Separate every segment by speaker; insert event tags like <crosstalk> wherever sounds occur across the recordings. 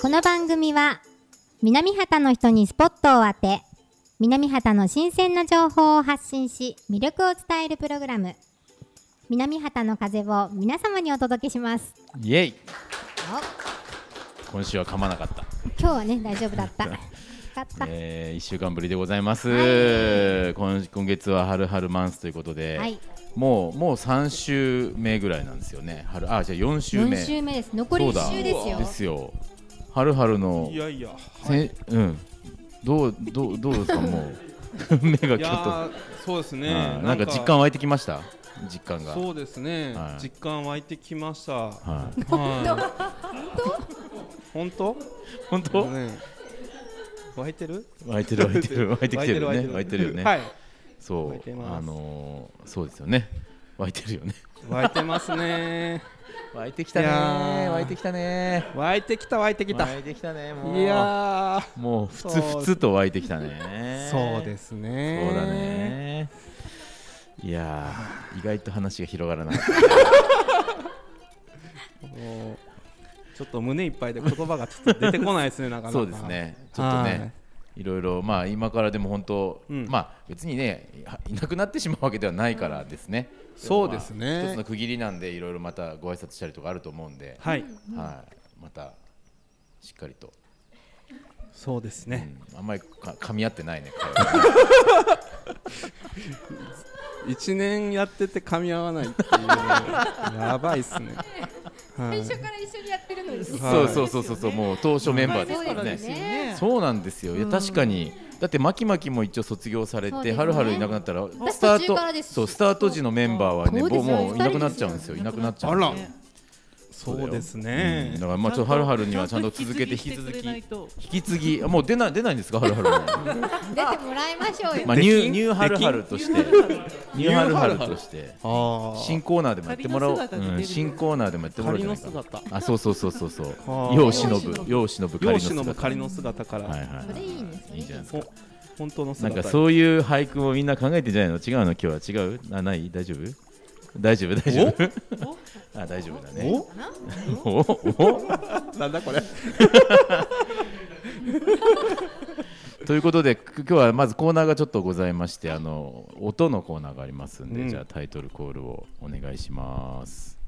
Speaker 1: この番組は南畑の人にスポットを当て南畑の新鮮な情報を発信し魅力を伝えるプログラム南畑の風を皆様にお届けします
Speaker 2: イエイ
Speaker 1: お
Speaker 2: 今週は噛まなかった、
Speaker 1: 今日はね大丈夫だ
Speaker 2: <laughs>
Speaker 1: ったよかった、
Speaker 2: えー、1週間ぶりでございます、
Speaker 1: は
Speaker 2: 今今月は春春マンスということで、
Speaker 1: はい
Speaker 2: もうもう3週目ぐらいなんですよね春あじゃあ4週目
Speaker 1: 4週目です残り
Speaker 2: そうだ
Speaker 1: 1週ですよ
Speaker 2: ですよ春春の
Speaker 3: いやいや、
Speaker 2: せんうんどうどうどう <laughs> ですかもう目がちょ
Speaker 3: い
Speaker 2: っと、
Speaker 3: やーそうですね、
Speaker 2: うんなんか実感湧いてきました実感が
Speaker 3: そうですね、
Speaker 2: はい
Speaker 3: 実感湧いてきました、は
Speaker 2: はい
Speaker 3: い、本当本
Speaker 2: 本
Speaker 3: 当
Speaker 2: 当
Speaker 3: ね湧いてる
Speaker 2: <laughs> 湧いてる湧いて
Speaker 3: <laughs>
Speaker 2: る湧いてきてるよ
Speaker 3: 湧い
Speaker 2: ね湧いてるよね、
Speaker 3: はい
Speaker 2: そ
Speaker 3: 湧いうてます
Speaker 2: あのー、そうですよね湧いてるよね
Speaker 3: 湧いてますね
Speaker 2: 湧いてき
Speaker 3: たね湧いて
Speaker 2: きたね
Speaker 3: 湧いてきた湧いてきた
Speaker 2: いてきた
Speaker 3: <laughs>
Speaker 2: ねも
Speaker 3: いや
Speaker 2: もうふつ
Speaker 3: そう
Speaker 2: ふつと湧いてきた
Speaker 3: ー
Speaker 2: ね
Speaker 3: そうですね
Speaker 2: そうだねいやー意外と話が広がらない
Speaker 3: もうちょっと胸いっぱいで言葉がちょっと出てこないですねなかなか
Speaker 2: そうですねちょっとねいろいろまあ今からでも本当、
Speaker 3: うん
Speaker 2: まあ別にねいいなくなってしまうわけではないからですね、
Speaker 3: そうですね
Speaker 2: まあ一つの区切りなんでいろいろまたご挨拶したりとかあると思うんで、
Speaker 3: はい
Speaker 2: はい、またしっかりと、
Speaker 3: そうですね、
Speaker 2: うんあんまりか噛み合ってないね会話が
Speaker 3: 一年やってて噛み合わないっていうのが
Speaker 2: <laughs>
Speaker 3: やばいっすね。はい
Speaker 4: 最初から一緒にやってるのに
Speaker 2: そうそうそうそうそうもう当初メンバーです
Speaker 1: そう
Speaker 2: か
Speaker 1: で
Speaker 2: ら
Speaker 1: す
Speaker 2: ね
Speaker 1: よね
Speaker 2: そうなんですよ、いや確かにだってまきまきも一応卒業され
Speaker 1: そう
Speaker 2: て、
Speaker 1: ですね
Speaker 2: はるはるいなくなったらス
Speaker 1: 私
Speaker 2: タ
Speaker 1: 途
Speaker 2: ー
Speaker 1: 中から
Speaker 2: ト
Speaker 1: ですし
Speaker 2: そうスタート時のメンバーはね
Speaker 1: そうで
Speaker 2: もう
Speaker 1: すよ
Speaker 2: もういなくなっちゃうんですよい
Speaker 4: 二
Speaker 2: な
Speaker 4: 人ですよ
Speaker 2: くなっちゃ
Speaker 3: あ
Speaker 2: うん
Speaker 3: ら
Speaker 2: ですよ、
Speaker 3: そうです
Speaker 2: うんだ
Speaker 3: ね
Speaker 2: か。らまあちょっとはるはるにはちゃんと続けて引き続き引き継ぎあもう出ない出ないんですかはるは
Speaker 3: <laughs>
Speaker 2: るは
Speaker 1: 出てもらいましょうよ
Speaker 2: まあ
Speaker 3: で
Speaker 2: ニ
Speaker 3: きん
Speaker 2: ューニューはるはるとしてニューはるはるとして
Speaker 3: ああ、
Speaker 2: 新コーナーでもやってもらおう、うん、新コーナーでもやってもらおうじゃないかあそうそうそうそうそう
Speaker 3: はあ
Speaker 2: 世を忍ぶ世を忍ぶ
Speaker 3: 漁
Speaker 2: 仮
Speaker 3: 師の
Speaker 2: の姿
Speaker 3: 仮の姿から、
Speaker 2: はいはい
Speaker 1: それいいんです
Speaker 2: いいじゃないですか
Speaker 3: ほ本当の
Speaker 2: なん
Speaker 3: 姿
Speaker 2: かそういう俳句もみんな考えてんじゃないの違うの今日は違うあない大丈夫大丈夫大丈夫 <laughs> あ大丈夫だねおおお
Speaker 3: なんだこれ。
Speaker 2: ということでく今日はまずコーナーがちょっとございましてあの音のコーナーがありますんで、
Speaker 3: うん
Speaker 2: じゃあタイトルコールをお願いします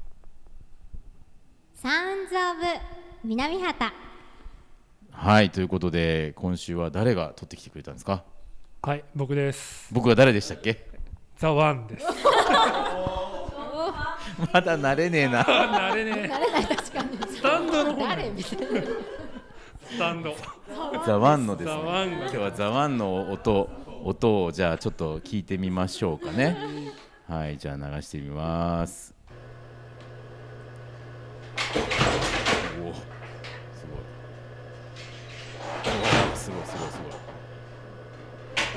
Speaker 1: サウンズ・オブ南畑
Speaker 2: はいということで今週は誰が取ってきてくれたんですか
Speaker 5: はい、僕です。
Speaker 2: 僕は誰でしたっけ
Speaker 5: ザワンです。
Speaker 2: まだ慣れねえな <laughs>
Speaker 5: 慣れね
Speaker 1: 誰だ確かに
Speaker 5: スタンドの方
Speaker 1: 誰
Speaker 5: ね。
Speaker 1: みたいな
Speaker 5: スタンド。
Speaker 2: ザワンのですね
Speaker 5: ザワンが
Speaker 2: 今日はザワンの音音をじゃあちょっと聞いてみましょうかねはいじゃあ流してみますおおすごいおおすごいすごいす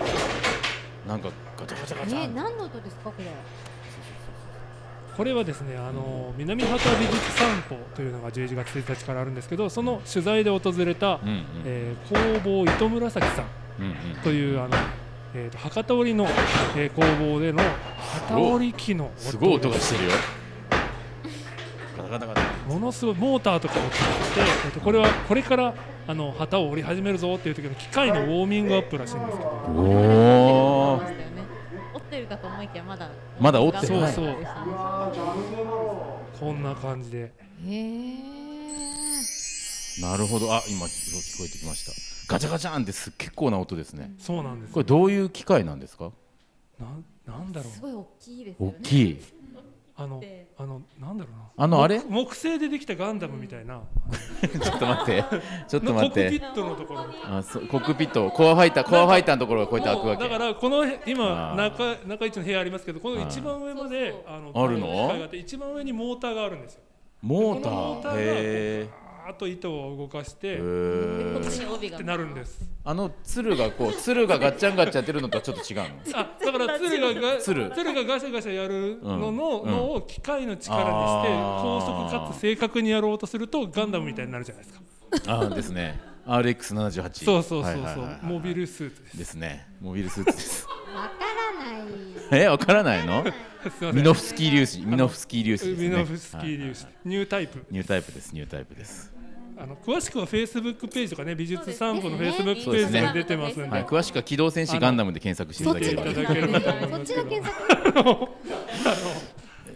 Speaker 2: ごいなんかガチャガチャガチャ、
Speaker 1: え何の音ですかこれ
Speaker 5: これはですね、あの南畑美術散歩というのが11月1日からあるんですけど、その取材で訪れた、
Speaker 2: うんうん
Speaker 5: えー工房糸紫さん
Speaker 2: うんうん
Speaker 5: というあの、えーと博多織の、えー工房での
Speaker 2: ご
Speaker 5: 機
Speaker 2: い
Speaker 5: 織機の
Speaker 2: すごい音がしてるよガタガタガタ
Speaker 5: ものすごいモーターとかを使って、えーとこれはこれからあの旗を織り始めるぞっていう時の機械のウォーミングアップらしいんですけど。
Speaker 2: おお
Speaker 4: 折ってるかと思いきやまだ
Speaker 2: まだ折って
Speaker 5: そ
Speaker 2: な
Speaker 5: う
Speaker 2: い
Speaker 5: そう、こんな感じで
Speaker 1: へえ
Speaker 2: なるほどあ今そう聞こえてきましたガチャガチャンってす結構な音ですね
Speaker 5: そうなんです
Speaker 2: これどういう機械なんですか
Speaker 5: なんなんだろう
Speaker 4: すごい大きいです
Speaker 2: 大
Speaker 4: よね
Speaker 2: きい
Speaker 5: あのあのなんだろうな
Speaker 2: あ
Speaker 5: <laughs>
Speaker 2: のあれち
Speaker 5: 木製でできたガンダムみたいな
Speaker 2: ょっと待って <laughs> ちょっと
Speaker 5: の
Speaker 2: 待
Speaker 5: コ
Speaker 2: っ
Speaker 5: ックピ
Speaker 2: て
Speaker 5: ットのところも
Speaker 2: あそうコックピットコアファイターコアファイターのところがこうやって開くわ
Speaker 5: うだ
Speaker 2: け
Speaker 5: からこのへ
Speaker 2: あー
Speaker 5: 今中中一の部屋ありますけどこの一番上まであの
Speaker 2: あるの
Speaker 5: こういう機械があって一番上にモーターがあるんですよ
Speaker 2: モータ
Speaker 5: モーター
Speaker 2: ー
Speaker 5: が
Speaker 2: へ
Speaker 5: あーっと糸を動かして
Speaker 2: え
Speaker 5: っ
Speaker 4: こっちに帯が
Speaker 5: てなるんです
Speaker 2: あの鶴がこう鶴がガッチャンガッチャンやってるのとはちょっ
Speaker 5: <laughs>
Speaker 2: と違うの
Speaker 5: あだから鶴がが
Speaker 2: 鶴
Speaker 5: 鶴がガシャガシャやるのの,、
Speaker 2: うん
Speaker 5: のを機械の力にして
Speaker 2: あー
Speaker 5: 高速かつ正確にやろうとするとガンダムみたいになるじゃないですか
Speaker 2: あーですね RX78
Speaker 5: そうそうそうそ
Speaker 2: はいは
Speaker 5: う、
Speaker 2: いはい
Speaker 5: モビルスーツです。
Speaker 2: ですねモビルスーツです
Speaker 1: わからない
Speaker 2: えわからないの
Speaker 5: すみませ
Speaker 2: ミ
Speaker 5: ん。
Speaker 2: ノフ <laughs> スキー粒子ミノフスキー粒子ですね
Speaker 5: ミノフスキー粒子、ニュータイプ。
Speaker 2: ニュータイプです、ニュータイプです。
Speaker 5: あの詳しくはフェイスブックページとかね美術散歩の
Speaker 4: そ
Speaker 5: フ
Speaker 4: う
Speaker 5: ェ
Speaker 4: で
Speaker 5: イ
Speaker 4: す
Speaker 5: ス
Speaker 4: ね
Speaker 5: ブックページに出てますんで、
Speaker 2: はい、詳しくは「機動戦士ガンダム」で検索していただければ
Speaker 5: そっちでいただければと思い
Speaker 1: そっ
Speaker 5: ます
Speaker 1: ち
Speaker 5: けど
Speaker 1: の検索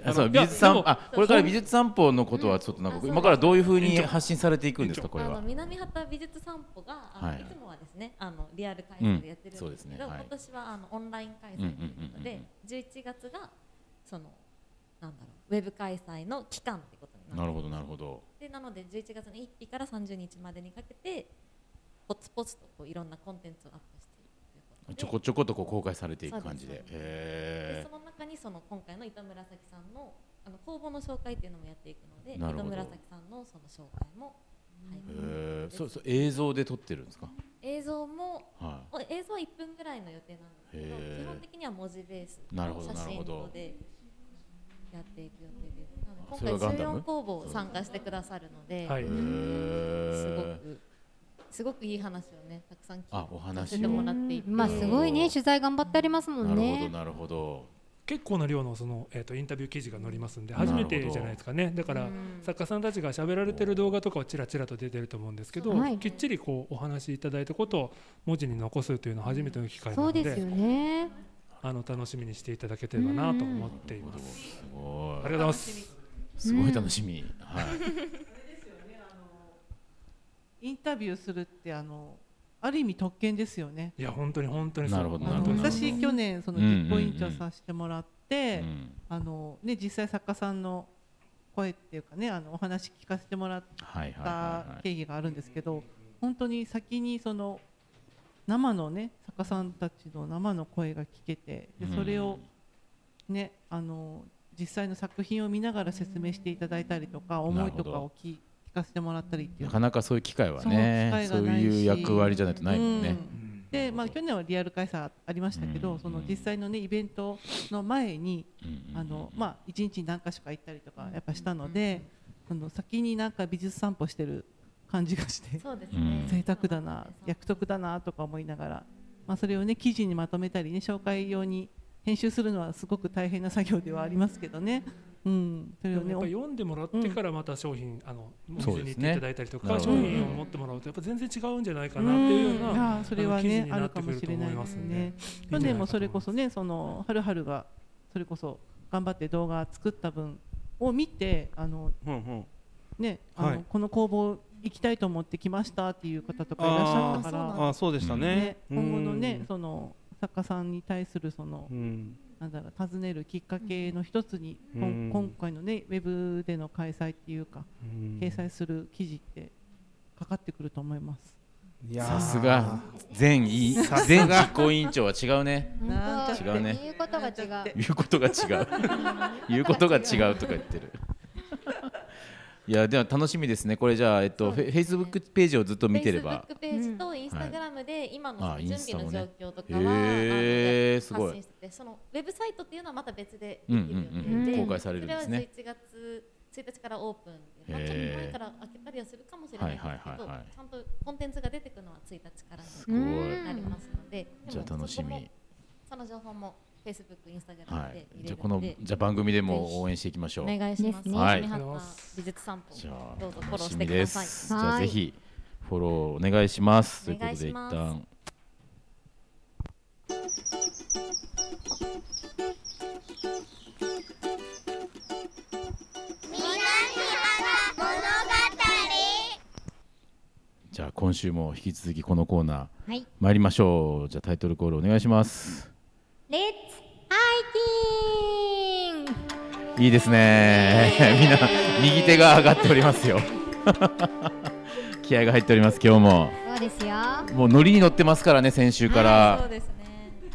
Speaker 2: あそう
Speaker 5: い
Speaker 2: 美
Speaker 5: や
Speaker 2: 術
Speaker 5: で
Speaker 2: 散
Speaker 5: も
Speaker 2: あこれから美術散歩のことはちょっとなんか今からどういうふうに発信されていくんですかこれ
Speaker 4: あの
Speaker 2: は。
Speaker 4: 南畑美術散歩があの、
Speaker 2: はい
Speaker 4: い、つもはですねあのリアル開催でやってる
Speaker 2: うんそうんで
Speaker 4: ですす
Speaker 2: ね
Speaker 4: けど、
Speaker 2: はい
Speaker 4: 今年はあのオンライン開催ということ
Speaker 2: うんうんうんうんう
Speaker 4: で
Speaker 2: ん、
Speaker 4: 11月がそのなんだろうウェブ開催の期間ってことになって
Speaker 2: なるほどなるほど。
Speaker 4: でなので11月の1日から30日までにかけてポツポツとこういろんなコンテンツをアップしていくということで
Speaker 2: ちょこちょことこう公開されていく感じ
Speaker 4: そう
Speaker 2: で
Speaker 4: で。すで
Speaker 2: へ
Speaker 4: その中にその今回の糸村咲さんのあの公募の紹介っていうのもやっていくので
Speaker 2: なる
Speaker 4: 糸
Speaker 2: ほど
Speaker 4: 村咲さんのその紹介も、はい
Speaker 2: え。へえ。そうそう映像で撮ってるんですか。
Speaker 4: 映像も
Speaker 2: は
Speaker 4: お映像は1分ぐらいの予定なんですけど
Speaker 2: へー
Speaker 4: 基本的には文字ベース
Speaker 2: なるほど
Speaker 4: 写
Speaker 2: なるほ
Speaker 4: 真
Speaker 2: ど
Speaker 4: とでやっていく予定ですな
Speaker 2: それ
Speaker 4: の
Speaker 2: が
Speaker 4: で
Speaker 2: ガン
Speaker 4: 今回
Speaker 2: ダム
Speaker 4: 14公募を参加してくださるので、
Speaker 5: はい
Speaker 2: い。へ
Speaker 4: すご
Speaker 2: え。
Speaker 4: くすごくいい話をねたくさん聞い
Speaker 2: あお話を
Speaker 4: させてもらっていて、
Speaker 1: まあすごいね取材頑張ってありますも
Speaker 2: なんるほど
Speaker 1: ね。
Speaker 2: なるほど。
Speaker 5: 結構な量のその、えー、とインタビュー記事が載りますんで
Speaker 2: なる
Speaker 5: 初
Speaker 2: ほど
Speaker 5: めてじゃないですかねだから
Speaker 4: うん
Speaker 5: 作家さんたちが喋られてる動画とかはちらちらと出てると思うんですけど、
Speaker 1: はい
Speaker 5: きっちりこうお話しいただいたことを文字に残すというのは初めての機会な
Speaker 1: そ
Speaker 5: の
Speaker 1: う
Speaker 5: で
Speaker 1: ですよね。
Speaker 5: あの楽しみにしていただければなと思っています。
Speaker 2: すごい。
Speaker 5: ありがとうございます。
Speaker 2: すごい楽しみ。はい。
Speaker 6: インタビューするってあのある意味特権ですよね。
Speaker 5: いや本当に本当にそう
Speaker 2: なるほ
Speaker 6: あ
Speaker 2: どなる
Speaker 6: の
Speaker 2: ほど
Speaker 6: 私去年その
Speaker 2: うんうんうん
Speaker 6: 実行委員長させてもらって、
Speaker 2: うん
Speaker 6: あのね実際作家さんの声っていうかねあのお話聞かせてもらっ
Speaker 2: はいはいはい
Speaker 6: た
Speaker 2: はい。
Speaker 6: 経緯があるんですけど、本当に先にその生のね作家さんたちの生の声が聞けてでそれをねあの実際の作品を見ながら説明していただいたりとか思いとかを聞聞かせてもらったりってい
Speaker 2: な
Speaker 6: う
Speaker 2: かなかそういう機会はね、そ
Speaker 6: そうう機会がないし
Speaker 2: いう役割じゃないとないもんね。
Speaker 6: うんでまあ、去年はリアル開催ありましたけ
Speaker 2: う
Speaker 6: ど、
Speaker 2: ん
Speaker 6: その実際の、ね、イベントの前に、
Speaker 2: うん
Speaker 6: あのまあ、1日に何か所か行ったりとかやっぱしたので、あの先になんか美術散歩してる感じがして
Speaker 4: そうです
Speaker 2: うん
Speaker 4: ね
Speaker 6: 贅沢だな約束だなとか思いながら、まあ、それを、ね、記事にまとめたり、ね、紹介用に編集するのはすごく大変な作業ではありますけどね。うん、それ
Speaker 5: で
Speaker 6: を
Speaker 5: も
Speaker 6: ね
Speaker 5: やっぱ読んでもらってからまた商品、あのお店
Speaker 2: そうで
Speaker 5: に行っ
Speaker 2: す
Speaker 5: てい
Speaker 2: ね
Speaker 5: ただいたりと
Speaker 2: な
Speaker 5: か、
Speaker 2: るほ
Speaker 5: 商
Speaker 2: ど
Speaker 5: 品を持ってもらうとやっぱ全然違うんじゃないかなっていうような、
Speaker 6: あそれはね
Speaker 5: あ
Speaker 6: あ
Speaker 5: の
Speaker 6: る
Speaker 5: 記
Speaker 6: か
Speaker 5: 事にな
Speaker 6: も
Speaker 5: ってくる
Speaker 6: し
Speaker 5: と思
Speaker 6: れないい
Speaker 5: ま
Speaker 6: ですす
Speaker 5: んで
Speaker 6: ね
Speaker 5: いい
Speaker 6: 去
Speaker 5: んじゃないかと思います
Speaker 6: 年もそれこそねそのはるはるがそれこそ頑張って動画作った分を見てあの
Speaker 3: うんうん
Speaker 6: ねあ
Speaker 3: は
Speaker 6: の
Speaker 3: い
Speaker 6: この工房行きたいと思って来ましたっていう方とかいらっしゃったか
Speaker 3: あそうでした
Speaker 6: ら
Speaker 3: ね
Speaker 6: ね今後の
Speaker 3: う
Speaker 6: ね
Speaker 3: ん
Speaker 6: その作家さんに対するその
Speaker 3: うん
Speaker 6: なんだろう尋ねるきっかけの一つにこ
Speaker 3: うん
Speaker 6: ん今回のねウェブでの開催っていうか
Speaker 3: うん
Speaker 6: 掲載する記事ってかかってくると思います。
Speaker 3: いやー
Speaker 2: さすが前委員
Speaker 3: さす
Speaker 2: 前
Speaker 3: が
Speaker 2: 実行委員長は違うね。
Speaker 6: なん
Speaker 2: ちゃって違うね
Speaker 1: 言うことが違う。
Speaker 2: 言うことが違う。言うことが違うとか言ってる。いやでは楽しみですね。これじゃあえっとフェフェイスブックページをずっと見てれば
Speaker 4: Facebook。ページとインスタグラムで今のそ
Speaker 2: あ
Speaker 4: の
Speaker 2: イン
Speaker 4: 準
Speaker 2: スタ
Speaker 4: 備
Speaker 2: も
Speaker 4: の
Speaker 2: ね
Speaker 4: 状況とかは、
Speaker 2: へー
Speaker 4: あの
Speaker 2: すごい
Speaker 4: 発信しててそのウェブサイトっていうのはまた別で
Speaker 2: うん
Speaker 4: で
Speaker 2: う
Speaker 4: き
Speaker 2: ん
Speaker 4: る予定
Speaker 2: う
Speaker 4: で
Speaker 2: ん公開されるんですね。
Speaker 4: それは11月1日からオープンで、まあ、
Speaker 2: へー
Speaker 4: ちょっと前から開けたりはするかもしれないですけ
Speaker 2: は
Speaker 4: ど、
Speaker 2: いはいはいはい
Speaker 4: ちゃんとコンテンツが出てくるのは1日から
Speaker 2: ごい
Speaker 4: になりますので、でも
Speaker 2: じゃあ楽しみ。
Speaker 4: そこもその情報も Facebook、Instagram
Speaker 2: は
Speaker 4: で
Speaker 2: い。じ
Speaker 4: 入れ
Speaker 2: ゃ
Speaker 4: る
Speaker 2: あこの
Speaker 4: ので、
Speaker 2: じゃあ番組でも応援していきましょう。
Speaker 4: お願いします。
Speaker 1: ですね
Speaker 2: はい
Speaker 4: 南畑美術散
Speaker 2: じゃ
Speaker 4: 歩、
Speaker 2: あ
Speaker 4: どうぞフォロ
Speaker 2: 楽
Speaker 4: ー
Speaker 2: し
Speaker 4: して
Speaker 2: み
Speaker 4: くだ
Speaker 2: で
Speaker 4: さい。
Speaker 2: す。じゃあ
Speaker 1: はい
Speaker 2: ぜひフォローお願いします。という
Speaker 4: お
Speaker 2: こ
Speaker 4: 願
Speaker 2: と
Speaker 4: い
Speaker 2: で
Speaker 4: し
Speaker 2: 一
Speaker 4: ます
Speaker 2: 旦。じゃあ今週も引き続きこのコーナー
Speaker 1: はい。
Speaker 2: 参りましょう。じゃあタイトルコールお願いします。
Speaker 1: レッツハイキング。
Speaker 2: いいですね。 <laughs> みんな右手が上がっておりますよ。 <laughs> 気合が入っております。今日も
Speaker 1: そうですよ。
Speaker 2: もうノリに乗ってますからね。先週から、
Speaker 4: はいそうですね。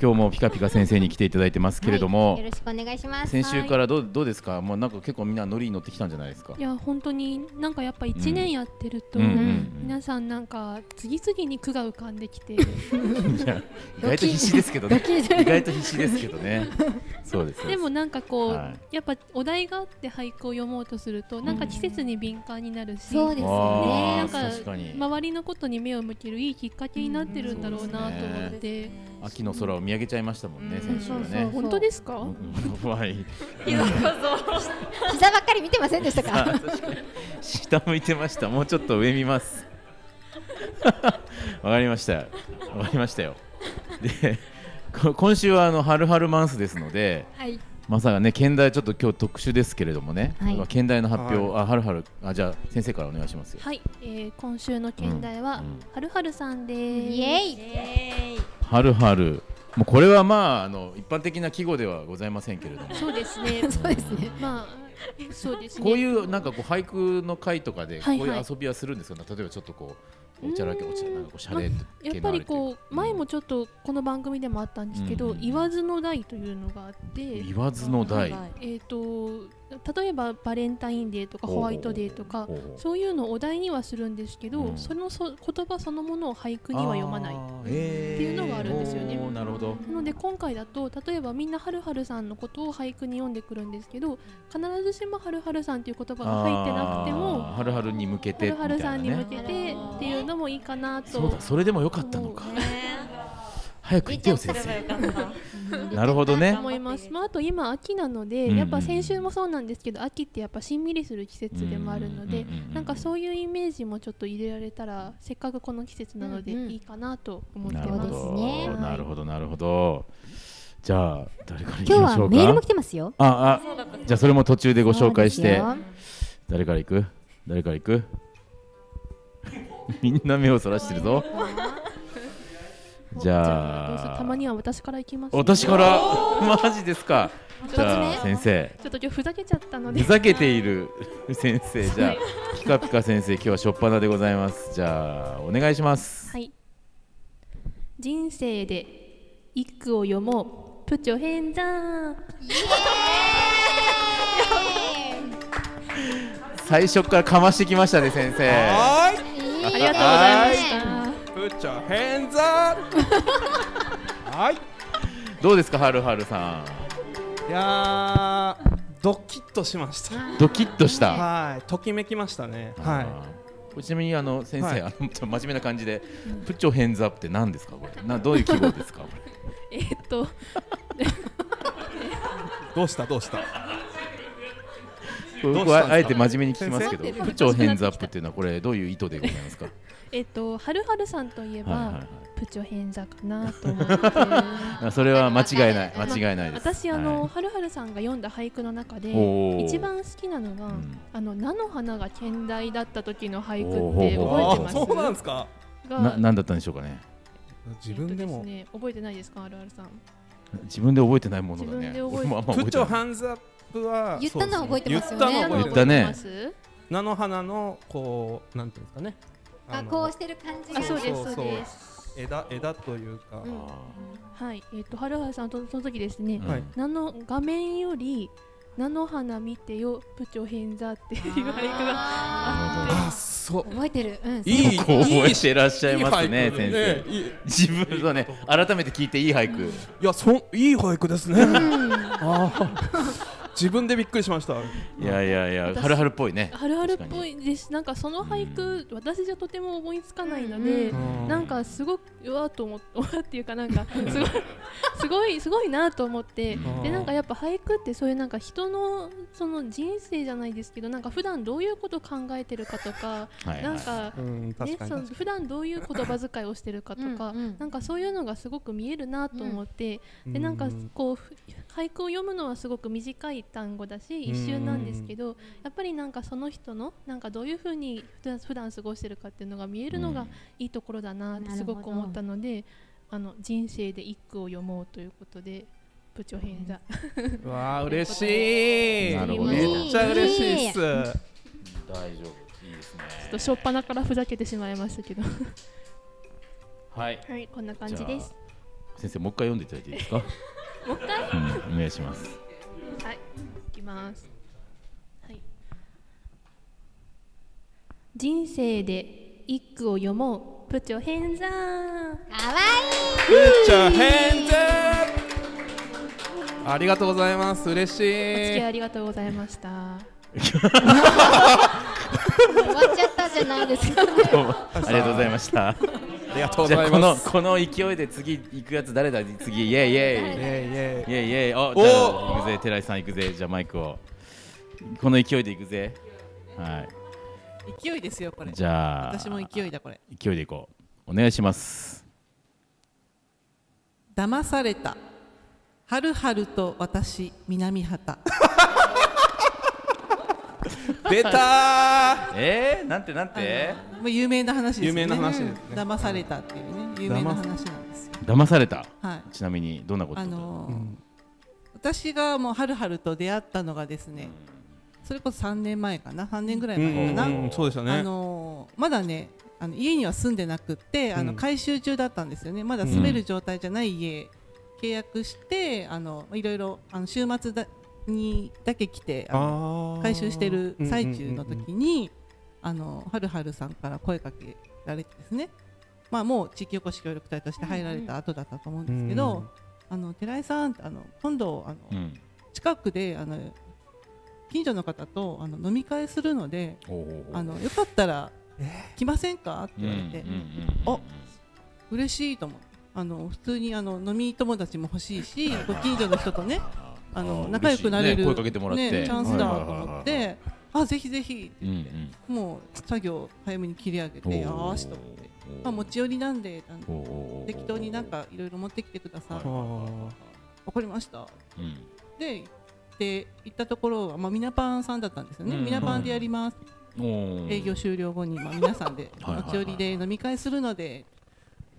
Speaker 2: 今日もピカピカ先生に来ていただいてますけれども、
Speaker 1: はいよろしくお願いします。
Speaker 2: 先週からどうどうですか。もうなんか結構みんなノリに乗ってきたんじゃないですか
Speaker 7: い。や本当になんかやっぱ1年やってると、
Speaker 2: うんうんうん
Speaker 7: <laughs> 皆さんなんか次々に句が浮かんで
Speaker 2: <laughs>
Speaker 7: きて
Speaker 2: いや意外と必死ですけどね。意外と必死ですけどね。そうです。そう
Speaker 7: でもなんかこう、
Speaker 2: は
Speaker 7: やっぱお題があって俳句を読もうとするとなんか季節に敏感になるし、
Speaker 1: そうですよ
Speaker 2: あー
Speaker 1: ね
Speaker 7: なん。か
Speaker 2: 確かに
Speaker 7: 周りのことに目を向けるいいきっかけになってるんだろうなと思
Speaker 2: そう
Speaker 7: っ
Speaker 2: で
Speaker 7: て、
Speaker 2: 秋の空を見上げちゃいましたもんね。先週はね。
Speaker 7: 本当ですか、
Speaker 2: うんうんはい。
Speaker 1: 膝ばっかり見てませんでした
Speaker 2: あ
Speaker 1: か。
Speaker 2: 確かに。し下向いてましたもうちょっと上見ます <laughs> わかりましたわかりましたよでこ今週はあの春春マンスですので
Speaker 7: はい。
Speaker 2: まさかね県大ちょっと今日特集ですけれどもね、
Speaker 1: はい
Speaker 2: 県大の発表、あ春春あじゃあ先生からお願いしますよ
Speaker 7: はい、えー今週の兼題
Speaker 2: う
Speaker 7: は、
Speaker 2: んうん
Speaker 7: はるはるさんです。
Speaker 1: イエイ
Speaker 4: え
Speaker 2: 春春もうこれはまああの一般的な季語ではございませんけれども
Speaker 7: そうです
Speaker 2: <laughs>
Speaker 7: ね。そうですね。まあ、そうですね。
Speaker 2: こういうなんかこう俳句の会とかでこ
Speaker 7: は
Speaker 2: う
Speaker 7: いはい
Speaker 2: いう遊びはするんですか、ね例えばちょっとこうおちゃらけ
Speaker 7: うーん
Speaker 2: おちゃなんかおしゃれ
Speaker 7: やっ
Speaker 2: 系の
Speaker 7: ぱ
Speaker 2: あれ
Speaker 7: り
Speaker 2: という
Speaker 7: こう前もちょっとこの番組でもあったんですけど、
Speaker 2: うん
Speaker 7: 言わずの代というのがあって、
Speaker 2: 言わずの題
Speaker 7: えー、と例えばバレンタインデーとかホワイトデーとか
Speaker 2: ほうほう
Speaker 7: そういうのをお題にはするんですけど、
Speaker 2: うん
Speaker 7: そのそ言葉そのものを俳句には読まない
Speaker 2: あ
Speaker 7: な
Speaker 2: ーへー
Speaker 7: っていうのがあるんですよね
Speaker 2: おーなるほど
Speaker 7: ので今回だと例えばみんなはるはるさんのことを俳句に読んでくるんですけど必ずしもはるはるさんという言葉が入ってなくて
Speaker 2: あ
Speaker 7: も
Speaker 2: ーはるはるに向け
Speaker 7: は
Speaker 2: て
Speaker 7: るはるさんに向
Speaker 2: み
Speaker 7: けて
Speaker 4: み
Speaker 7: っ
Speaker 4: たいなね
Speaker 7: ていうのもいいかな
Speaker 2: たいなねそう
Speaker 7: と
Speaker 2: だそれでもよかったのか
Speaker 4: ー、ね
Speaker 2: 早く言ってよ先
Speaker 4: すれば
Speaker 2: 生
Speaker 4: よかった。
Speaker 2: なるほどね
Speaker 7: 思います、まあ、あと今秋なので、
Speaker 2: うんうん
Speaker 7: やっぱ先週もそうなんですけど秋ってやっぱしんみりする季節でもあるので、なんかそういうイメージもちょっと入れられたらせっかくこの季節なので
Speaker 1: うんうん
Speaker 7: いいかなと思って
Speaker 2: な
Speaker 7: ま
Speaker 2: る
Speaker 7: す。
Speaker 2: ほ
Speaker 1: そうです
Speaker 2: ど、
Speaker 1: ね
Speaker 2: なるほどなるほどじゃあ誰からいき
Speaker 1: 今
Speaker 2: ま
Speaker 1: 日
Speaker 2: し
Speaker 1: は
Speaker 2: ょうか
Speaker 1: メールも来てますよ
Speaker 2: あ
Speaker 4: そうだった
Speaker 2: あじゃあそれも途中でご紹介し
Speaker 1: そうで
Speaker 2: て
Speaker 1: すよ
Speaker 2: 誰から行く誰から行く <laughs> みんな目をそらしてる
Speaker 7: <laughs>
Speaker 2: ぞじ
Speaker 7: どうぞ
Speaker 2: ゃ
Speaker 7: たま
Speaker 2: あ
Speaker 7: には私から行きます、
Speaker 2: 私から <laughs> マジですか
Speaker 1: 一つ
Speaker 2: じゃ
Speaker 1: 目
Speaker 2: あ先生
Speaker 7: ちょっと今日ふざけちゃったので
Speaker 2: ふざけている <laughs> 先生じゃ
Speaker 7: はい
Speaker 2: あピカピカ先生今日は初っ端でございますじゃあお願いします
Speaker 7: はい人生で一句を読もうプチョ変だ
Speaker 2: 最初からかましてきましたね先生
Speaker 3: は
Speaker 1: イエーイ
Speaker 7: ありがとうご
Speaker 3: ーい
Speaker 7: ざいまし
Speaker 3: プッチャヘンザー <laughs> はい
Speaker 2: どうですかはるはるさ
Speaker 3: いやードキッとしました
Speaker 2: んドキッとした
Speaker 3: はいときめきましたねは
Speaker 2: はいちなみにあの先生、
Speaker 3: はい
Speaker 2: あのちょっと真面目な感じで、プッチョヘンズアップって何ですかこれな <laughs> どういう記号ですかこれ
Speaker 7: えーっと
Speaker 3: いどうしたどうした
Speaker 2: こ
Speaker 3: どうしたんですか
Speaker 2: こはあえて真面目に聞きますけど、
Speaker 7: 先生
Speaker 2: プッチョヘンズアップっていうのはこれどういう意図でございます
Speaker 7: <laughs>
Speaker 2: か。
Speaker 7: えーっとはるはるさんといえば、
Speaker 2: はいはいはい
Speaker 7: プチョ変だかなと
Speaker 2: <laughs>
Speaker 7: 思って。
Speaker 2: あそれは間違いない間違いないです。
Speaker 7: 私あの、
Speaker 2: はい
Speaker 7: はるはるさんが読んだ俳句の中で
Speaker 2: おー
Speaker 7: 一番好きなのが、
Speaker 2: ん
Speaker 7: あの菜の花が兼題だった時の俳
Speaker 2: お
Speaker 7: 句っ
Speaker 2: ー
Speaker 7: て
Speaker 2: ほうほ
Speaker 7: 覚えて
Speaker 2: う
Speaker 7: ます
Speaker 3: そうなんですか
Speaker 7: が
Speaker 2: な何だったんでしょうかね。
Speaker 3: 自分で
Speaker 7: えっと
Speaker 3: も
Speaker 7: すね、覚えてないですかあるあるさん
Speaker 2: 自分で覚えてないものだね。
Speaker 7: 自分で覚え
Speaker 2: 俺もあん
Speaker 3: プ
Speaker 2: ま覚え
Speaker 3: ッ
Speaker 2: て
Speaker 3: チ
Speaker 2: な
Speaker 3: ョ
Speaker 2: い。
Speaker 3: ハンズアップは
Speaker 1: 言ったのは覚えてますよね
Speaker 3: そうです
Speaker 7: 菜
Speaker 3: 言ったの
Speaker 7: の
Speaker 3: は
Speaker 2: 言った
Speaker 3: 覚えてます
Speaker 7: 覚え
Speaker 2: ね
Speaker 7: てます
Speaker 3: 菜の花のこうなんていうんですかね
Speaker 1: あ
Speaker 3: の
Speaker 1: こうしてる感じ
Speaker 7: あそうで
Speaker 3: そ
Speaker 7: すそうう
Speaker 3: そう
Speaker 7: です
Speaker 3: 枝枝というか
Speaker 1: うん
Speaker 7: はいえっ、とはるはるさんとその時ですね、
Speaker 2: うん
Speaker 3: はい
Speaker 7: 菜の画面より菜の花見てよプチョ変座っていう俳句が
Speaker 1: あ
Speaker 3: あそう
Speaker 1: ー覚えてるうん
Speaker 3: いい
Speaker 2: よく覚えてらっしゃいますね
Speaker 3: いい俳句
Speaker 2: 先
Speaker 3: で
Speaker 2: 生。
Speaker 3: ねいいい
Speaker 2: 自分そうね改めて聞いていい俳句。
Speaker 3: やそんいい俳句ですね <laughs> あー自分でびっくりしました
Speaker 2: いやいやいや
Speaker 7: 私
Speaker 2: はるはるっぽいね。
Speaker 7: あるあるっ
Speaker 2: 確
Speaker 7: ぽ
Speaker 2: かに。
Speaker 7: いですなんかその俳句、私じゃとても思いつかないので、
Speaker 1: うん
Speaker 3: う
Speaker 7: なんかすごくうわーと思ってうわーっていうかなんかすごいすごいすごいなと思って
Speaker 3: うん
Speaker 7: でなんかやっぱ俳句ってそういうなんか人のその人生じゃないですけどなんか普段どういうことを考えてるかとか
Speaker 2: はい
Speaker 7: な
Speaker 2: は
Speaker 7: ん
Speaker 2: い。
Speaker 7: か
Speaker 3: うん
Speaker 7: ね
Speaker 3: 確か
Speaker 7: その
Speaker 3: に
Speaker 7: 普段どういう言葉遣いをしてるかとか
Speaker 1: うんうん
Speaker 7: なんかそういうのがすごく見えるなと思ってでなんかこうふ俳句を読むのはすごく短い単語だし一瞬なんですけどやっぱりなんかその人のなんかどういうふうに普段普段過ごしてるかっていうのが見えるの
Speaker 2: う
Speaker 7: が
Speaker 2: ん
Speaker 7: いいところだなって
Speaker 1: なる
Speaker 7: す
Speaker 1: ほど
Speaker 7: ごく思ったのであの人生で一句を読もうということで「部長編座」
Speaker 3: うわあ嬉しい
Speaker 2: なるほど
Speaker 3: めっちゃ嬉しいっす
Speaker 2: 大丈夫いいですね。
Speaker 7: ちょっと初っ端からふざけてしまいましたけど
Speaker 2: はい。
Speaker 7: <laughs> はいこんな感じです。
Speaker 2: 先生もう一回読んでいただいていいです
Speaker 6: <laughs>
Speaker 2: かもう一回、うん、お願いします
Speaker 7: はい、いきます。はい。人生で一句を読もう、プチョ変座。
Speaker 1: かわ
Speaker 3: プッチャヘンゼありがとうございます嬉し
Speaker 7: お付き合い
Speaker 3: い
Speaker 7: ありがとうございました。
Speaker 1: いい終わっちゃったじゃないですか
Speaker 2: どうもありがとうございました
Speaker 3: ありがとうご
Speaker 2: じゃ
Speaker 3: ざ
Speaker 2: あ
Speaker 3: い
Speaker 2: この
Speaker 3: ます
Speaker 2: この勢いで次行くやつ誰だ次イエイイエ
Speaker 3: イエイイエイ
Speaker 2: イイエイイエイお
Speaker 3: おー
Speaker 2: じゃあ行くぜ寺井さん行くぜじゃあマイクをこの勢いで行くぜはい
Speaker 6: 勢いですよこれ
Speaker 2: じゃあ
Speaker 6: 私も勢いだこれ
Speaker 2: 勢いでいこうお願いします
Speaker 6: 騙されたはるはると私南畑
Speaker 3: 出た
Speaker 2: えー、なんてなんて
Speaker 6: まあ有名な話ですよね
Speaker 3: 有名な話ですね
Speaker 6: うん騙されたっていうね有名な話なんですよ
Speaker 2: 騙された
Speaker 6: はい
Speaker 2: ちなみにどんなこと
Speaker 6: あのー私がもうはるはると出会ったのがですねそれこそ3年前かな3年ぐらい前かな、
Speaker 3: うんそうでしたね
Speaker 6: あのーまだねあの家には住んでなくってあの
Speaker 3: うん
Speaker 6: 改修中だったんですよねまだ住める状態じゃない家、契約してあのいろいろあの週末だにだけ来てあの回収してる最中の時に、あのはるはるさんから声かけられてですね、まあ、もう地域おこし協力隊として入られた後だったと思うんですけど、
Speaker 3: うん
Speaker 6: あの寺井さんあの今度あの、
Speaker 2: うん
Speaker 6: 近くであの近所の方とあの飲み会するので
Speaker 2: ほうほうほう
Speaker 6: あのよかったら来ませんかって
Speaker 2: うん
Speaker 6: 言
Speaker 2: う
Speaker 6: わ
Speaker 2: ん
Speaker 6: れて、あ嬉しいと思うあの普通にあの飲み友達も欲しいしご近所の人とねあの
Speaker 2: あー
Speaker 6: 仲良くなれ
Speaker 2: 嬉し
Speaker 6: る、
Speaker 2: いね声かけてもらって
Speaker 6: ねチャンスだ
Speaker 2: はい
Speaker 6: と
Speaker 2: はいはいはい
Speaker 6: 思ってあぜひぜひって
Speaker 2: うんうん
Speaker 6: 言って、もう作業早めに切り上げ
Speaker 2: うん
Speaker 6: てよーしと思って、まあ、持ち寄りなんであの
Speaker 2: ほうほうほう
Speaker 6: 適当になんかいろいろ持ってきてくださいわ、かりました
Speaker 2: うん
Speaker 6: で行って行ったところは、まあ、ミナパンさんだったんですよね、
Speaker 2: うん
Speaker 6: ミナパンでやります、
Speaker 2: おー
Speaker 6: 営業終了後に、まあ、皆さんで
Speaker 2: はいはい
Speaker 6: 持ち寄りで飲み会するので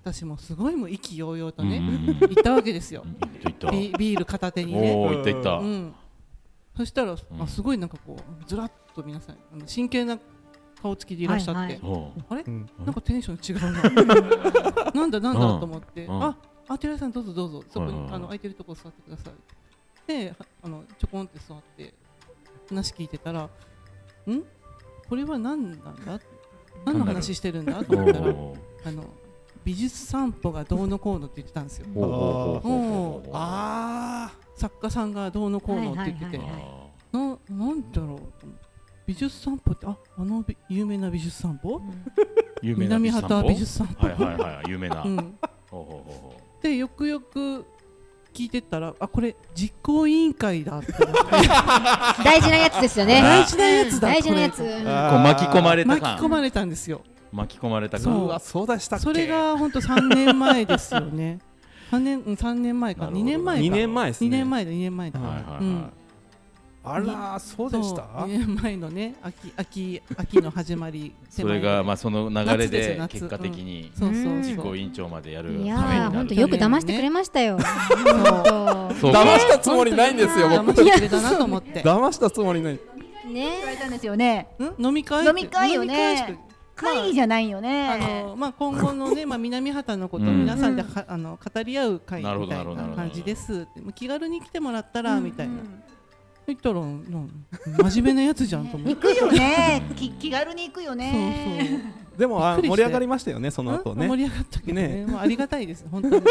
Speaker 6: 私もすごいもう意気揚々とね、
Speaker 2: うんうんうん
Speaker 6: 行ったわけですよ
Speaker 2: いったいっ
Speaker 6: ビビール片手
Speaker 2: た
Speaker 6: にね、
Speaker 2: おーいったいった
Speaker 6: うん、そしたら、
Speaker 2: ん
Speaker 6: あすごいなんかこうずらっと皆さんあの真剣な顔つきでいらっしゃって、
Speaker 1: はいはい
Speaker 2: おー
Speaker 6: あれ、
Speaker 3: ん
Speaker 6: なんかテンション違うななんだなんだ
Speaker 2: うん
Speaker 6: と思って、
Speaker 2: うん
Speaker 6: ああ寺井さんどうぞどうぞそこに、
Speaker 2: はいはいはい
Speaker 6: あの空いてるとこ座ってくださいではあのちょこんって座って話聞いてたらんこれは何なんだ何の話してるんだと思ったら
Speaker 2: おー
Speaker 6: あの美術散歩がどうのこうのって言ってたんですよ
Speaker 2: ほうほうほうほうほうほう
Speaker 3: あ
Speaker 6: 作家さんがどうのこうのって言ってて、
Speaker 1: はいはいはい
Speaker 6: ななんだろう美術散歩ってああのび有名な美術散歩
Speaker 2: 有名な
Speaker 6: 南畑美術散歩、
Speaker 2: はいはいはい有名な
Speaker 6: うん、
Speaker 2: ほうほうほうほう
Speaker 6: でよくよく聞いてったらあこれ実行委員会だって思って
Speaker 1: 大事なやつですよね。
Speaker 6: 大事なやつだ
Speaker 1: 大事なやつ
Speaker 6: こ。
Speaker 3: あ
Speaker 2: こう巻き込まれた
Speaker 6: 巻き込
Speaker 2: 感
Speaker 6: まれたんですよ
Speaker 2: 巻き込まれた
Speaker 6: そ
Speaker 2: 感
Speaker 6: う
Speaker 3: うわそうでしたっけ
Speaker 6: それが本当3年前ですよね <laughs> 3年うん3年前か
Speaker 2: なるほど
Speaker 6: 2年前か
Speaker 3: 2年前ですね
Speaker 6: 2年前だ2年前だ、
Speaker 2: はいはいはい
Speaker 3: あらそうでした
Speaker 6: 2年前のね秋秋秋の始まり
Speaker 2: それがまあその流れ
Speaker 6: 夏ですよ
Speaker 2: で
Speaker 6: 夏
Speaker 2: 結果的に
Speaker 6: そうそうそう
Speaker 2: 実行委員長までやるため
Speaker 1: い
Speaker 2: に
Speaker 1: や
Speaker 2: な
Speaker 1: ー、
Speaker 2: る
Speaker 1: 本当
Speaker 6: いや
Speaker 1: よく騙してくれましたよ。本
Speaker 2: そうか
Speaker 3: 騙したつもりないんですよ
Speaker 6: 騙
Speaker 3: 僕
Speaker 6: してくれたなと思って
Speaker 3: 騙したつもりない
Speaker 1: 当。ね
Speaker 8: 言わ。れたんですよね。
Speaker 6: ん飲み会
Speaker 8: 飲み会よね
Speaker 6: 飲み会しか
Speaker 8: 会議じゃないよ
Speaker 6: あ
Speaker 8: ね。
Speaker 6: のまあ今後の
Speaker 2: <laughs>
Speaker 6: ねまあ南畑のことを
Speaker 2: うん
Speaker 6: 皆さんではあの語り合う会みた
Speaker 2: な
Speaker 6: いな
Speaker 2: るほどなるほどなるほど
Speaker 6: 感じです。でも気軽に来てもらったらみたいな。言ったらなん真面目なやつじゃんと思っ
Speaker 8: 行
Speaker 6: て。
Speaker 8: くよね。き気軽に行くよね。
Speaker 3: でもあ
Speaker 6: びっくりし
Speaker 3: 盛
Speaker 6: て
Speaker 3: り上がりましたよねその
Speaker 6: そう
Speaker 3: 後
Speaker 6: そう。うん盛
Speaker 3: ね
Speaker 6: り上がったけど
Speaker 3: ね
Speaker 6: ね。もうありがたいです本当
Speaker 2: <laughs>
Speaker 6: に。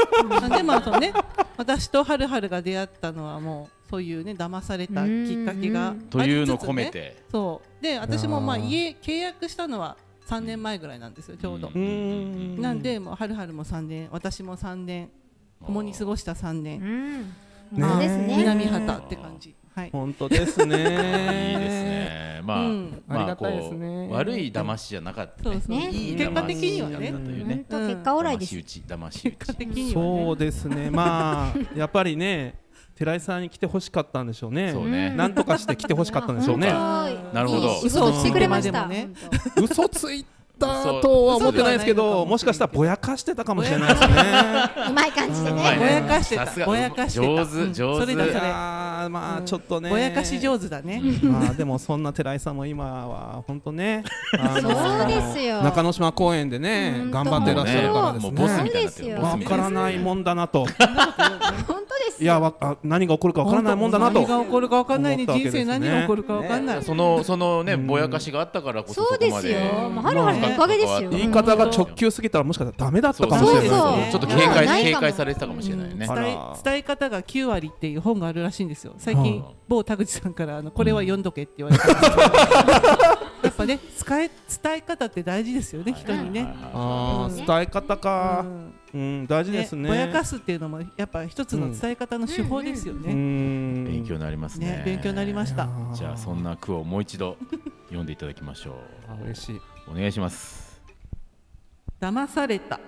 Speaker 6: あでもあとね私とはるはるが出会ったのはもうそういうね騙されたきっかけがありつつね
Speaker 2: というのを込め。て
Speaker 6: そうで私もまあ
Speaker 3: いやー
Speaker 6: 家契約したのは3年前ぐらいなんですよちょうど。
Speaker 2: う
Speaker 3: うんーん
Speaker 6: なんでもうはるはるも3年私も3年共に過ごした3
Speaker 1: う
Speaker 6: 年
Speaker 1: ん。
Speaker 3: ね
Speaker 1: そうですね。
Speaker 6: 南畑って感じはい
Speaker 3: 本当ですね
Speaker 2: いいですねまあ
Speaker 6: うん
Speaker 2: ま
Speaker 3: ありが
Speaker 2: こ
Speaker 3: たいですね
Speaker 2: う悪い騙しじゃなかった
Speaker 6: そう
Speaker 2: ね
Speaker 6: そう
Speaker 1: ね
Speaker 2: いい
Speaker 6: 結果的には
Speaker 2: 騙し
Speaker 6: ね
Speaker 2: だったという
Speaker 1: 本
Speaker 2: ね
Speaker 1: 当結果オーライ
Speaker 2: 騙
Speaker 1: で
Speaker 2: し
Speaker 1: す
Speaker 2: 討。ち騙し
Speaker 6: 結
Speaker 2: 討
Speaker 6: 果
Speaker 2: ち
Speaker 6: 的にはね
Speaker 3: そうですねまあやっぱりね寺井さんに来てほしかったんでしょうね
Speaker 2: そうね
Speaker 3: なんとかして来てほしかったんでしょうね
Speaker 2: なるほど
Speaker 1: いい仕事してくれまし
Speaker 6: う
Speaker 1: た。
Speaker 6: ん
Speaker 1: 本
Speaker 3: 嘘ついたとは思ってないですけどもしかしたらぼやかしてたかもしれないですね
Speaker 1: 当うまい感じで
Speaker 2: う
Speaker 1: ね。
Speaker 2: まい
Speaker 6: ぼ
Speaker 2: ね
Speaker 6: やかして
Speaker 2: さす
Speaker 6: た
Speaker 2: が
Speaker 6: ぼやかしてた
Speaker 2: 上手
Speaker 6: うん
Speaker 2: 上手
Speaker 6: それだ
Speaker 3: い
Speaker 6: それ
Speaker 3: やーまあちょっとね
Speaker 6: ぼやかし上手だね
Speaker 3: まあでもそんな寺井さんも今は本当ねあの
Speaker 1: そうですよ
Speaker 3: 中之島公園でね
Speaker 1: うん
Speaker 3: 頑張ってらっしゃるからです
Speaker 2: もう
Speaker 3: ね
Speaker 2: ボスみたいになって
Speaker 1: そうですよ
Speaker 2: るボス
Speaker 3: わ
Speaker 2: みた
Speaker 3: か
Speaker 2: いにな
Speaker 3: らないもんだなと
Speaker 1: 本当です
Speaker 3: いやわあ何が起こるかわからないもんだな
Speaker 6: 何が
Speaker 3: と
Speaker 6: 起こるか分かんないね
Speaker 3: 思ったわけ
Speaker 6: 人
Speaker 3: ですね
Speaker 6: 生何が起こるか分かんない
Speaker 2: そのそのねぼやかしがあったからこそ
Speaker 1: そう
Speaker 2: こ
Speaker 1: で
Speaker 2: ますで
Speaker 1: よ。もうはるはるのおかげですよ。
Speaker 3: 言い方が直球すぎたらもしかしたらダメだった
Speaker 2: そう
Speaker 3: か
Speaker 2: そう
Speaker 3: もしれない
Speaker 1: そう
Speaker 2: ちょっと警戒警戒されてたかもしれないね
Speaker 3: あ
Speaker 6: 伝え
Speaker 3: ら
Speaker 6: 伝え方が9割っていう本があるらしいんですよ最近
Speaker 2: はあ
Speaker 6: 某田口さんからあのこれは読んどけって言われたんですけど <laughs> やっぱね使え伝え方って大事ですよね人にね
Speaker 3: あー伝え方かうん大事ですね
Speaker 6: ぼやかすっていうのもやっぱ一つの伝え方の手法ですよ
Speaker 3: うー
Speaker 6: ね。
Speaker 3: ん
Speaker 2: 勉強になりますね
Speaker 6: ね、勉強になりました。
Speaker 2: じゃあそんな句をもう一度読んでいただきましょ
Speaker 3: あ嬉しい。
Speaker 2: うお願いします
Speaker 6: 騙された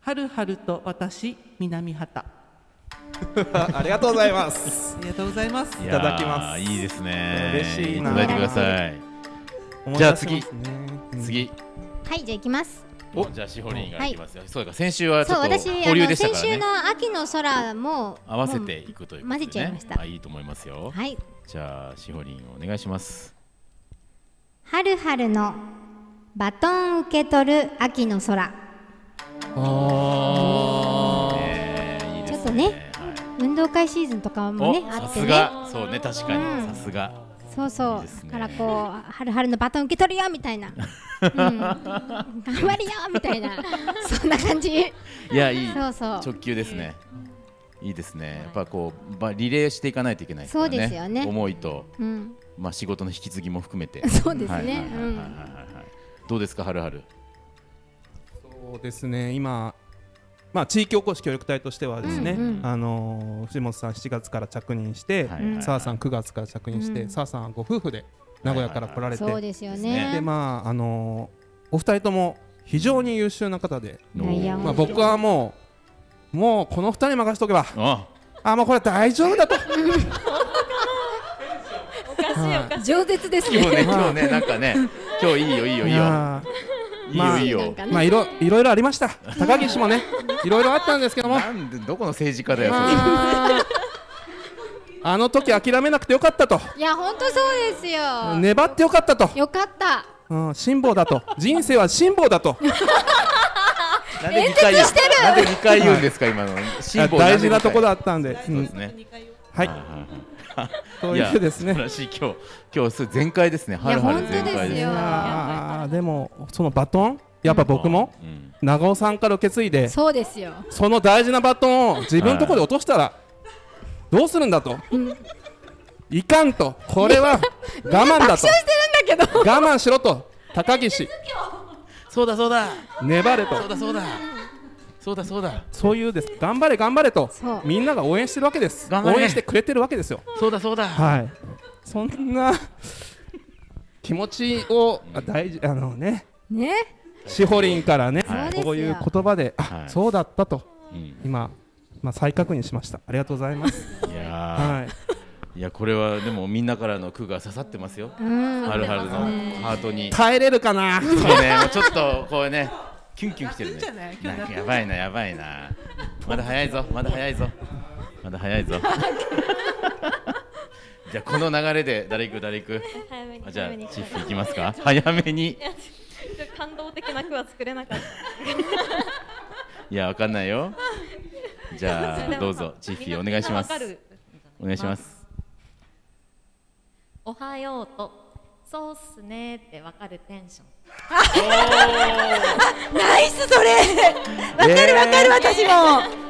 Speaker 6: はるはると私南畑
Speaker 3: <laughs> あありがとうございます
Speaker 6: あ。りがとうございます
Speaker 2: い
Speaker 3: いただきます
Speaker 2: やーいいですね
Speaker 3: 嬉しいない
Speaker 2: ただいてください
Speaker 3: 思い
Speaker 2: じゃあ
Speaker 3: 出しますね。うん。
Speaker 2: 次
Speaker 1: はいじゃあ行きます
Speaker 2: おじゃあしほりんがいきますよそうか先週はちょ
Speaker 1: そう
Speaker 2: っと
Speaker 1: 私
Speaker 2: 保
Speaker 1: あ
Speaker 2: 留
Speaker 1: の
Speaker 2: でした
Speaker 1: 先
Speaker 2: から
Speaker 1: 週
Speaker 2: ね
Speaker 1: の秋の空も
Speaker 2: 合わせていくということでね
Speaker 1: もう混ぜちゃいました
Speaker 2: あいいと思いますよ
Speaker 1: もうはい
Speaker 2: じゃあしほりんお願いします
Speaker 1: はるはるのバトン受け取る秋の空
Speaker 2: ああいい
Speaker 1: ち
Speaker 2: ですね
Speaker 1: ょっとね
Speaker 2: はい
Speaker 1: 運動会シーズンとかも
Speaker 2: お
Speaker 1: ねあ
Speaker 2: さ
Speaker 1: って
Speaker 2: す
Speaker 1: ね
Speaker 2: がそうね確かに
Speaker 1: うん
Speaker 2: さすが
Speaker 1: そう
Speaker 2: いい
Speaker 1: そう
Speaker 2: ですね
Speaker 1: だからこうはるはるのバトン受け取るよみたい
Speaker 2: <laughs>
Speaker 1: な、うん、頑張るよみたいなそんな感じ
Speaker 2: いやいい
Speaker 1: そうそう
Speaker 2: 直球ですねいいですねやっぱこうばリレーしていかないといけないですから
Speaker 1: そ
Speaker 2: ね
Speaker 1: うですよね
Speaker 2: 思いと
Speaker 1: うん
Speaker 2: まあ仕事の引き継ぎも含めて
Speaker 1: <laughs> そうですね
Speaker 2: はいはいはいはいはい
Speaker 1: うん
Speaker 2: はいどうですかはるはる
Speaker 3: そうですね。今。まあ、地域おこし協力隊としてはですね、
Speaker 1: うんうん
Speaker 3: あのー藤本さん7月から着任して、
Speaker 2: はいはいはい
Speaker 3: 澤さん9月から着任して、
Speaker 1: うん
Speaker 3: 澤さんはご夫婦で名古屋から来られて、
Speaker 1: そうですよ
Speaker 2: です
Speaker 1: ね
Speaker 3: でまああのーお二人とも非常に優秀な方で、
Speaker 1: いやいや
Speaker 3: まあ、僕はもうもうこの二人に任せとけば
Speaker 2: あ
Speaker 3: あもうこれ大丈夫だと
Speaker 4: おかしいおかしい
Speaker 1: 饒舌です
Speaker 2: 今日
Speaker 1: <laughs>
Speaker 2: ね
Speaker 1: ね
Speaker 2: 今日ねなんかね今日いいよいいよいい
Speaker 3: い
Speaker 2: よ
Speaker 3: や
Speaker 2: いい
Speaker 3: ま
Speaker 1: な
Speaker 2: よいい
Speaker 3: あ
Speaker 1: ん
Speaker 2: よ
Speaker 1: か
Speaker 3: ーまあいろいろいろありました高
Speaker 1: <laughs>
Speaker 3: 岸もねいろいろあったんですけども
Speaker 2: なんでどこの政治家だよそれ
Speaker 3: あーあの時諦めなくてよかったと
Speaker 1: いや本当そうですよ、
Speaker 3: 粘ってよかったと、
Speaker 1: よかった
Speaker 3: うん、辛抱だと人生は辛抱だと
Speaker 2: なんで二回言うなんで二回言うんですか今の辛抱
Speaker 3: 大事なとこ
Speaker 2: だ
Speaker 3: だったんで、
Speaker 2: そうで
Speaker 3: うん
Speaker 2: すね
Speaker 3: はいと
Speaker 2: い
Speaker 3: い
Speaker 2: や
Speaker 3: うですね
Speaker 2: 素晴らしい今日今日す全開ですね。はるはる全開
Speaker 1: い
Speaker 2: です
Speaker 1: や
Speaker 3: い
Speaker 2: ね。
Speaker 3: やーでもそのバトンやっぱ僕も
Speaker 2: うん。
Speaker 3: 長尾さんから受け継いで
Speaker 1: そうですよ
Speaker 3: その大事なバトンを自分のところで落としたらどうするんだといかんとこれは我慢だと
Speaker 1: してるんだけど
Speaker 3: 我慢しろと高岸
Speaker 2: そうだそうだ
Speaker 3: 粘れと
Speaker 2: そうだそうだそうだそうだ
Speaker 3: そういうです頑張れ頑張れと
Speaker 1: そう
Speaker 3: みんなが応援してるわけです
Speaker 2: 頑
Speaker 3: 応
Speaker 2: 張れ
Speaker 3: 援してくれてるわけですよ
Speaker 2: そうだそうだ。
Speaker 3: はいそんな気持ちをあ大事あのね
Speaker 1: ね
Speaker 3: しほりんからね
Speaker 1: そうですよ
Speaker 3: こういう言葉であ、
Speaker 2: はい
Speaker 3: そうだったと
Speaker 2: うん
Speaker 3: 今、まあ、再確認しましたありがとうござ
Speaker 2: <laughs>
Speaker 3: います、
Speaker 2: いや
Speaker 3: は
Speaker 2: ー
Speaker 3: い、
Speaker 2: いやこれはでもみんなからの句が刺さってますよ。
Speaker 1: うん
Speaker 2: はるはるのハートに。そ
Speaker 3: 耐えれるか
Speaker 2: <laughs>
Speaker 3: な
Speaker 2: うねもうちょっとこうねキュンキュンきてる
Speaker 6: 泣くんじゃない
Speaker 2: ね。
Speaker 6: 今日
Speaker 2: な
Speaker 6: 泣
Speaker 2: ん
Speaker 6: く
Speaker 2: かやばいなやばいな。まだ早いぞまだ早いぞまだ早い <laughs> ぞ。じゃあこの流れで誰行く誰行く。
Speaker 4: 早めに
Speaker 2: あじゃ
Speaker 4: 早めに
Speaker 2: あチーフ行きますか。早めに。
Speaker 4: ちょっと感動的な句は作れなかった
Speaker 2: いや、わかんないよ。じ <laughs> ゃあ、どうぞ、チーフィーお願いします。
Speaker 4: みんなわかる
Speaker 2: お願いします。
Speaker 4: おはようとそうっすねってわかるテンション <laughs>
Speaker 8: ナイスそれわかるわかる私
Speaker 6: <laughs>
Speaker 8: も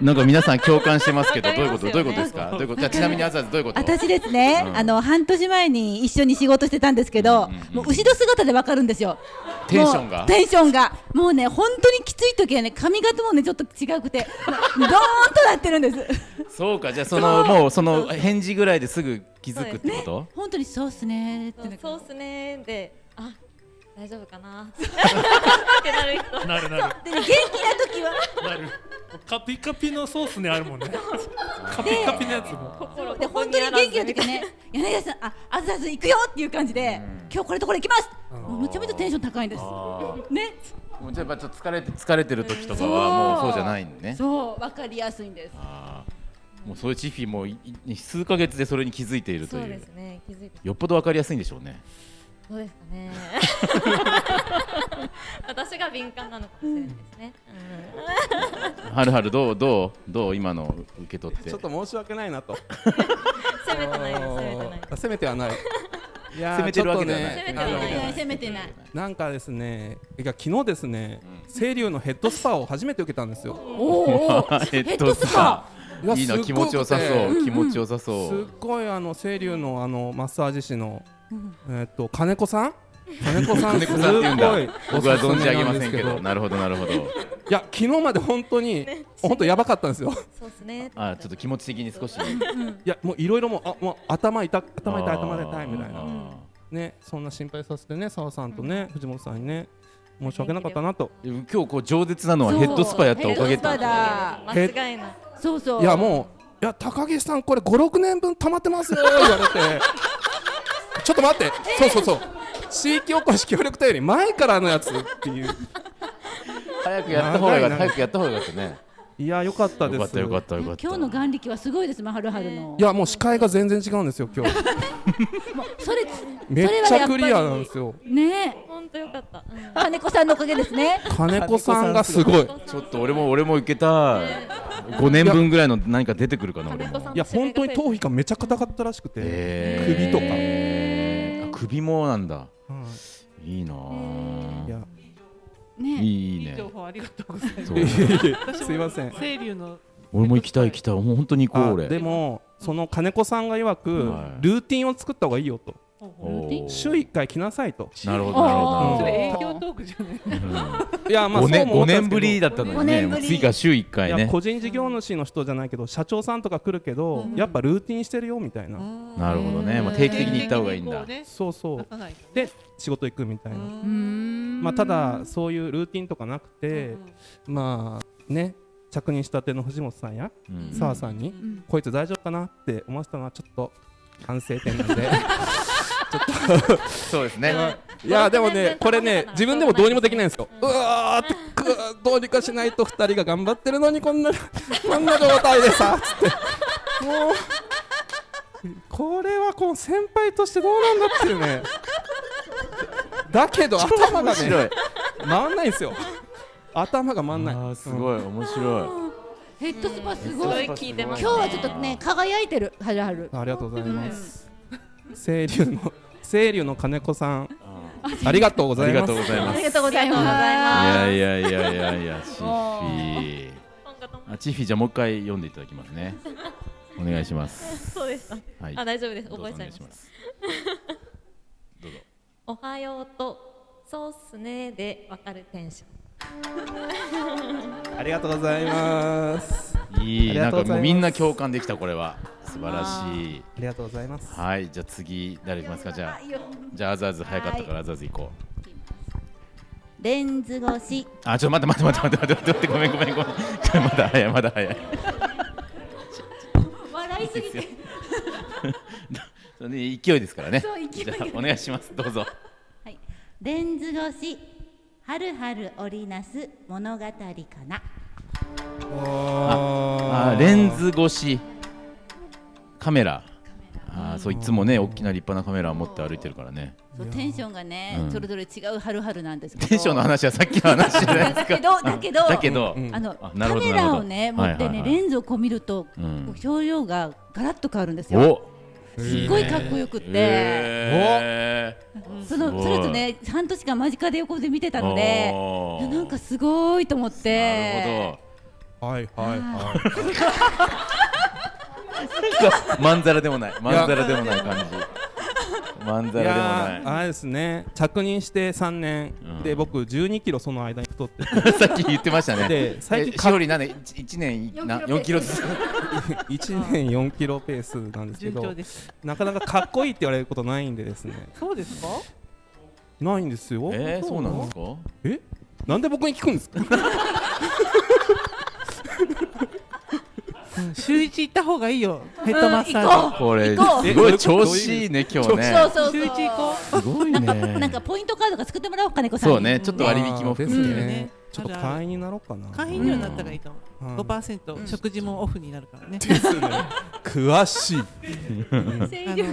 Speaker 2: なんか皆さん共感してますけど、どういうこと、
Speaker 4: わ
Speaker 2: ど
Speaker 4: か
Speaker 2: ういうこと
Speaker 4: り
Speaker 2: で
Speaker 4: ま
Speaker 2: すすか。どういうこと、じゃあ、ちなみに、あずあず、どういうこと。
Speaker 8: 私ですね、
Speaker 2: うん
Speaker 8: あの半年前に一緒に仕事してたんですけど、
Speaker 2: うんうんうん
Speaker 8: もう後ろ姿でわかるんですよ
Speaker 2: テンションが
Speaker 8: もうテンションがもうね本当にきつい時はね髪型もねちょっと違くてドーンとなってるんです <laughs>
Speaker 2: そうか、じゃあ、その、もう、その返事ぐらいですぐ気づくってこと。
Speaker 8: 本当にそうっすねーって
Speaker 4: そう
Speaker 8: なんか
Speaker 4: そうっすねであ大丈夫かなってなる人
Speaker 5: なるなる
Speaker 8: で元気な時は
Speaker 5: なるカピカピのソースねあるもんねカピカピのやつも
Speaker 4: 心
Speaker 8: で
Speaker 4: ここ
Speaker 8: 本当に
Speaker 4: あらず
Speaker 8: 元気な時はね柳田さんああずあず行くよっていう感じで、今日これとこれ行きます、もうめちゃめちゃテンション高いんですね
Speaker 2: もう、じゃあ、やっぱちょっと疲れて、疲れてる時とかは、もう、そうじゃないんでね。
Speaker 8: そうわかりやすいんです
Speaker 2: あーもう、そういうチーフィーも、いい数ヶ月で、それに気づいていると
Speaker 4: そう
Speaker 2: い
Speaker 4: で
Speaker 2: う
Speaker 4: す。ね気づいた
Speaker 2: よっぽどわかりやすいんでしょうね。
Speaker 4: どうですか <laughs> ね私が敏感なのかもしれないですね、うん
Speaker 2: はるはる、どう、どう、どう、今の受け取って。
Speaker 3: ちょっと申し訳ないなと攻
Speaker 4: <laughs> 攻めてないです攻めてないです
Speaker 3: めてはないいやー
Speaker 2: 攻めてるわけではない
Speaker 3: ちょっと
Speaker 4: 攻めてはない
Speaker 3: あ
Speaker 8: 攻めてない
Speaker 3: のなんかですねいや昨日ですね清流のヘッドスパを初めて受けたんですよ
Speaker 8: おーおー
Speaker 2: ヘ
Speaker 8: ッドスパ
Speaker 3: いや
Speaker 2: いい
Speaker 3: すっ
Speaker 2: な
Speaker 3: ごく
Speaker 2: 気持ちよさそう、気持ちよさそう、
Speaker 3: すっごいあの清流のあのマッサージ師の、えーっと金子さん金子さ
Speaker 2: 金
Speaker 3: んす
Speaker 2: 子
Speaker 3: ごい
Speaker 2: さんって言うんだ僕は
Speaker 3: お
Speaker 2: 存
Speaker 3: す
Speaker 2: じ
Speaker 3: す
Speaker 2: 上
Speaker 3: め
Speaker 2: げ
Speaker 3: な
Speaker 2: ま
Speaker 3: んで
Speaker 2: せ
Speaker 3: す
Speaker 2: んけどなるほどなるほど
Speaker 3: いや昨日まで本当に本当やばかったんですよ
Speaker 4: そうですね
Speaker 2: <laughs> あちょっと気持ち的に少し
Speaker 3: いやもういろいろもうあもう頭痛頭痛い頭痛い頭痛いみたいな
Speaker 2: あ
Speaker 3: ねそんな心配させてね澤さんとね、藤本さんにね申し訳なかったなと
Speaker 2: 今日こう饒舌なのはヘッドスパやったおかげ
Speaker 8: ヘッドスパだ
Speaker 4: 間違いない。
Speaker 8: そうそう
Speaker 3: いやもういや高岸さんこれ56年分溜まってますよ言われて <laughs> ちょっと待ってそうそうそう地域おこし協力隊より前からのやつっていう
Speaker 2: 早くやった方がよかった
Speaker 3: 長いな
Speaker 2: 早くやった方がよかったね
Speaker 3: いやよかったです
Speaker 2: よかったよかったよかった
Speaker 8: 今日の眼力はすごいですねはるはるの
Speaker 3: いやもう視界が全然違うんですよ今日
Speaker 8: それ
Speaker 3: めっ
Speaker 8: それはや
Speaker 3: ちゃ
Speaker 8: っぱ
Speaker 3: ク
Speaker 8: り
Speaker 3: リアなんですよ
Speaker 8: ねえ
Speaker 4: 本当よかった。うん
Speaker 8: 金子さんのおかげですね
Speaker 3: 金子さんがすごい
Speaker 2: ちょっと俺も俺もいけた5年分ぐらいの何か出てくるかな俺
Speaker 4: 金
Speaker 2: も
Speaker 4: 子さん
Speaker 3: いや本当に頭皮がめちゃ硬かったらしくて、首とか
Speaker 2: えーあ首もなんだいいなあ
Speaker 3: いや
Speaker 8: ねえ
Speaker 2: いい
Speaker 6: いい
Speaker 2: ね
Speaker 6: 情報ありがとうございます
Speaker 2: そ。う
Speaker 3: いやいやいや
Speaker 6: 私も
Speaker 3: すいません
Speaker 6: 清流の
Speaker 2: 俺も行きたい行きたいもう本当に行こう
Speaker 3: あ
Speaker 2: 俺
Speaker 3: でもその金子さんが曰く、
Speaker 2: はい
Speaker 3: ルーティンを作った方がいいよと
Speaker 2: おー
Speaker 3: 週1回来なさいと
Speaker 2: なるほどなるほどな
Speaker 6: そ
Speaker 2: る
Speaker 6: れ
Speaker 8: あ
Speaker 6: 営
Speaker 8: ー
Speaker 6: 業トークじゃない。
Speaker 2: ほど
Speaker 3: いやまあ
Speaker 2: 5年
Speaker 3: そうも
Speaker 2: 五
Speaker 3: 思ったん
Speaker 2: 年
Speaker 3: ですけど
Speaker 2: ぶりだったの
Speaker 8: 五
Speaker 2: にね
Speaker 8: 年
Speaker 2: も
Speaker 8: ぶ
Speaker 2: う
Speaker 8: り
Speaker 2: 次から週1回
Speaker 3: いや
Speaker 2: ね
Speaker 3: 個人事業主の人じゃないけど社長さんとか来るけど、
Speaker 6: うん
Speaker 3: やっぱルーティンしてるよみたいな、
Speaker 2: なるほどねまあ定期的に行った方がいいんだ
Speaker 6: 定期的に
Speaker 3: そうそ
Speaker 6: こう
Speaker 3: う
Speaker 6: ね出さないとね
Speaker 3: で仕事行くみたいな、
Speaker 8: うーん
Speaker 3: まあただそういうルーティンとかなくて、まあね着任したての藤本さんや
Speaker 2: うん
Speaker 3: 澤さんに、
Speaker 8: ん
Speaker 3: こいつ大丈夫かなって思わせたのはちょっと反省点なんで
Speaker 2: そうですね
Speaker 3: いやでも
Speaker 4: 全然
Speaker 3: ねこれね自分でもどうにもできないんですよ、うわーってくーどうにかしないと2人が頑張ってるのにこんな <laughs> こんな状態でさつってもうこれはこう先輩としてどうなんだっていうねだけど頭が
Speaker 2: 面白
Speaker 3: ね
Speaker 2: い
Speaker 3: 回んないんですよ頭が
Speaker 2: あ
Speaker 3: 回んない
Speaker 2: ーすごい面白
Speaker 8: ヘッドスパす
Speaker 4: す
Speaker 8: ご
Speaker 4: ご
Speaker 8: い
Speaker 4: い
Speaker 8: 今
Speaker 4: 聞いてま
Speaker 8: 日
Speaker 4: すね。
Speaker 8: はちょっとね輝いてるはるはる
Speaker 3: ありがとうございます。清流の清流の金子さん、ありがとうご
Speaker 2: いあり
Speaker 3: ざい
Speaker 2: が
Speaker 3: ます
Speaker 2: とう。ござい
Speaker 8: あ
Speaker 2: ま
Speaker 8: り
Speaker 2: す
Speaker 8: がとうございます
Speaker 2: いやいやいやいやいや、チッフィー。
Speaker 4: 今後とも
Speaker 2: あ、チッフィーじゃあもう一回読んでいただきますね。お願いします。
Speaker 4: そうでした。
Speaker 2: はい。
Speaker 4: あ、大丈夫です。
Speaker 2: どうぞ
Speaker 4: 覚えちゃ
Speaker 2: お
Speaker 4: いま
Speaker 2: 願
Speaker 4: し
Speaker 2: いしま
Speaker 4: た。
Speaker 2: どうぞ。
Speaker 4: おはようと、そうっすねでわかるテンション。
Speaker 3: ありがとうございます。あ
Speaker 2: いい、
Speaker 3: あり
Speaker 2: な
Speaker 3: が
Speaker 2: ん
Speaker 3: とう
Speaker 2: か
Speaker 3: ござ
Speaker 2: も
Speaker 3: います
Speaker 2: うみんな共感できた、これは。素晴らしい。
Speaker 3: りがとうございます。
Speaker 2: はい、じゃあ次、誰いきますか、じゃあ。じゃあ、アザーズ早かったから、アザーズ行こう。
Speaker 8: レンズ越し
Speaker 2: あ、ちょっと待って待って待って待って待って、ごめんごめんごめん。ちょまだ早い、まだ早い。
Speaker 8: 笑いすぎ
Speaker 2: ですよ
Speaker 8: て。
Speaker 2: それね <laughs> 勢いですからね。
Speaker 8: そう勢い
Speaker 2: じ
Speaker 8: が
Speaker 2: ゃあ、お願いします。どうぞ。
Speaker 8: はいレンズ越しはるはる織りなす物語かな
Speaker 2: あレンズ越しカメラあーそういつもね大きな立派なカメラを持って歩いてるからね
Speaker 8: そうテンションがね、
Speaker 2: うん
Speaker 8: それぞれ違うはるはるなんですけど
Speaker 2: テンションの話はさっきの話じゃないで
Speaker 8: だ
Speaker 2: すか
Speaker 8: けどだけど
Speaker 2: だけど、
Speaker 8: あの
Speaker 2: あなる
Speaker 8: カ
Speaker 2: ほど
Speaker 8: メラをね持
Speaker 2: なる
Speaker 8: っ
Speaker 2: ほど
Speaker 8: てね、
Speaker 2: はいはいはい
Speaker 8: レンズをこう見ると、
Speaker 2: う
Speaker 8: こ
Speaker 2: ん
Speaker 8: う表情がガラッと変わるんですよ。
Speaker 2: お
Speaker 8: すっごいかっこよくって、
Speaker 2: え
Speaker 8: そ
Speaker 2: すご
Speaker 8: の
Speaker 2: い
Speaker 8: それとね半年間間近で横で見てた
Speaker 2: ー
Speaker 8: ので、
Speaker 2: お
Speaker 8: いや
Speaker 2: ー
Speaker 8: なんかすごいと思っ
Speaker 2: なる
Speaker 8: て。
Speaker 2: ほ
Speaker 3: はいはいは
Speaker 2: どまんざらでもないまんざらでもない感じまん
Speaker 3: い。
Speaker 2: ざ
Speaker 3: い
Speaker 2: ら
Speaker 3: や
Speaker 2: でも
Speaker 3: ーあれですね。着任して3年、
Speaker 2: うん
Speaker 3: で僕12キロその間に太ってて
Speaker 2: ない <laughs> さっき言ってましたね
Speaker 3: で最近
Speaker 2: えしおりなんで一一年な4キロずつ
Speaker 3: 1年4キロペースなんですけ
Speaker 6: 順
Speaker 3: ど
Speaker 6: 調、です。
Speaker 3: なかなかかっこいいって言われることないんでですね。
Speaker 6: そうですか？
Speaker 3: ないんですよ。
Speaker 2: えー、そうなんですか
Speaker 3: え？なんで僕に聞くんですか？
Speaker 6: 週一行った方がいいよ。ヘッドマッサ
Speaker 8: 行
Speaker 6: ー
Speaker 8: こ
Speaker 2: これ
Speaker 8: 行こう
Speaker 2: すごい調子いいね今日ね
Speaker 8: そうそう
Speaker 6: ジ。週一行こ
Speaker 2: すごいね。
Speaker 8: なんかポイントカードが作ってもらおうかねこさんに。
Speaker 2: そうね、ちょっと割引も含め
Speaker 3: あー
Speaker 2: て
Speaker 3: です
Speaker 2: ね。
Speaker 3: ね。ちょっと会員になろうかな。
Speaker 6: う。会員料になったらいいと思
Speaker 3: うん
Speaker 6: う。5%食事もオフになるか
Speaker 8: <laughs>
Speaker 6: らね。
Speaker 3: 詳しい。
Speaker 6: あ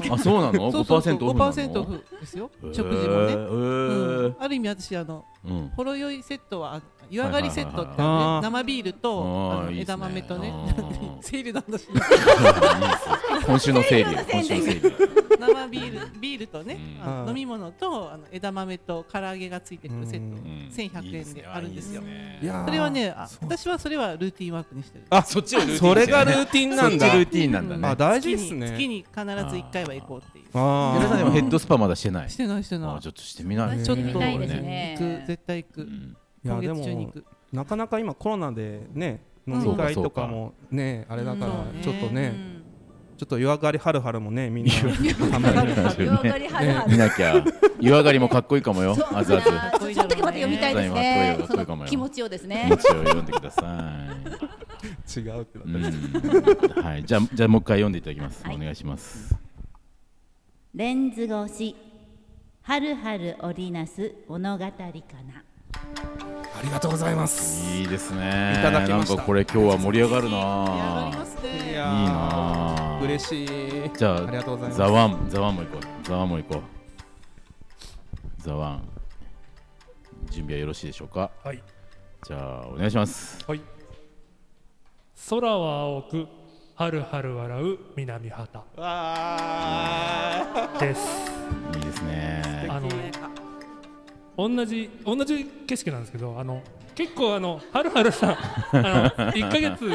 Speaker 6: の
Speaker 2: あ、そうなの？五
Speaker 6: そう
Speaker 2: パ
Speaker 6: そ
Speaker 2: ー
Speaker 6: う
Speaker 2: セ
Speaker 6: そ
Speaker 2: ン
Speaker 6: う
Speaker 2: トオフなの？
Speaker 6: 5%オフですよ。
Speaker 2: へー
Speaker 6: 食事もね。う
Speaker 2: へ
Speaker 6: んある意味私あの
Speaker 2: ーうん。 <laughs>
Speaker 6: ほろ酔いセットはあ湯上がりセットって
Speaker 3: はいはいはい
Speaker 6: あ
Speaker 3: あー
Speaker 6: るね生ビール
Speaker 2: あ
Speaker 6: と
Speaker 2: ー
Speaker 6: あの
Speaker 2: いいっすね
Speaker 6: 枝豆とね
Speaker 2: あー
Speaker 6: <laughs> セールなんだし
Speaker 2: 今週の整理よ、今週の整理よ。
Speaker 6: 生ビールビールとね
Speaker 2: うん
Speaker 6: あの
Speaker 3: はい
Speaker 6: 飲み物とあの枝豆と唐揚げがついてくるセット
Speaker 3: うん
Speaker 2: うん
Speaker 6: 1100円であるんですよ。
Speaker 3: いやー
Speaker 6: それはねあ私はそれはルーティンワークにしてる。
Speaker 3: あ
Speaker 2: そっちをルーティン
Speaker 3: それがルーティンなんだ。
Speaker 2: そっちルーティンなんだね。
Speaker 3: あ
Speaker 2: あ
Speaker 3: 大事
Speaker 6: 月
Speaker 3: です
Speaker 6: に
Speaker 3: ね。
Speaker 6: 月に必ず1回は行こうっていう。
Speaker 3: あ
Speaker 2: 皆さんでもヘッ
Speaker 3: ド
Speaker 2: ドスパまだしてない。あ
Speaker 6: し、てないしてない。
Speaker 2: ちょっとしてみない。
Speaker 6: ちょっと
Speaker 2: ね
Speaker 8: みたいですね
Speaker 6: 行く絶対行
Speaker 2: う
Speaker 6: く。
Speaker 2: ん
Speaker 6: 今
Speaker 3: いや
Speaker 6: 月
Speaker 3: で
Speaker 6: 中に行
Speaker 3: も
Speaker 6: く。
Speaker 3: なかなか今コロナでね飲み会とかもねあれだから
Speaker 6: うん
Speaker 3: ちょっとね
Speaker 8: うん
Speaker 3: ちょっと湯上がりはるはるもねみんなあんまりね
Speaker 2: 大丈
Speaker 8: 湯
Speaker 2: 夫
Speaker 8: 上が
Speaker 2: ね
Speaker 8: りはるは
Speaker 2: 見
Speaker 8: る。
Speaker 2: なきゃ湯上がりもかっこいいかもよ
Speaker 8: そう
Speaker 2: あずあず
Speaker 8: あーちょっとまた読みたいですね。
Speaker 2: そう
Speaker 8: そ
Speaker 2: かっこいいわかっこいいかも
Speaker 8: の
Speaker 2: よ
Speaker 8: 気持ちをですね
Speaker 2: 気持。ちを読んでくださ
Speaker 3: 違うって
Speaker 2: い、う
Speaker 3: なった
Speaker 2: んはい、じゃあじゃあもう一回読んでいただきます、
Speaker 8: はい
Speaker 2: お願いします
Speaker 9: <laughs> レンズ越しはるはる織りなす物語かな
Speaker 3: ありがとうございます
Speaker 2: いいですね
Speaker 3: いただきました
Speaker 2: なんかこれ今日は盛り上がるな
Speaker 6: 上が
Speaker 2: ぁ
Speaker 6: りますね
Speaker 3: い
Speaker 2: いいなぁ
Speaker 3: 嬉しい
Speaker 2: じゃあ
Speaker 3: ありがとうございます
Speaker 2: ザワンザワンも行こうザワンも行こうザワン準備はよろしいでしょうか
Speaker 5: はい
Speaker 2: じゃあお願いします
Speaker 5: はい空は青くはるはる笑う南畑
Speaker 3: わ
Speaker 5: です
Speaker 2: いいですね
Speaker 5: あの同じ同じ景色なんですけどあの結構あのはるはるさんあ <laughs> の1ヶ月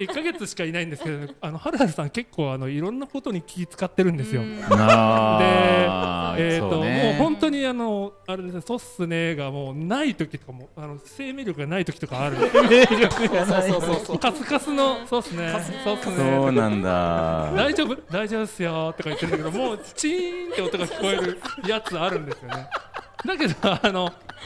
Speaker 5: 一ヶ月しかいないんですけど、あのはるはるさん結構あのいろんなことに気使ってるんですよ。
Speaker 2: なあ
Speaker 5: で、えー
Speaker 2: そ
Speaker 5: と
Speaker 2: う
Speaker 5: もう
Speaker 2: ね
Speaker 5: 本当にあのあれですね、そうっすねがもうない時とかもあの生命力がない時とかある。生命力がない。カスカスのそうっすね。そうっすね。
Speaker 2: そうなんだ
Speaker 5: 大丈夫大丈夫っすよとか言ってるんだけどもうチーンって音が聞こえるやつあるんですよねだけどあの、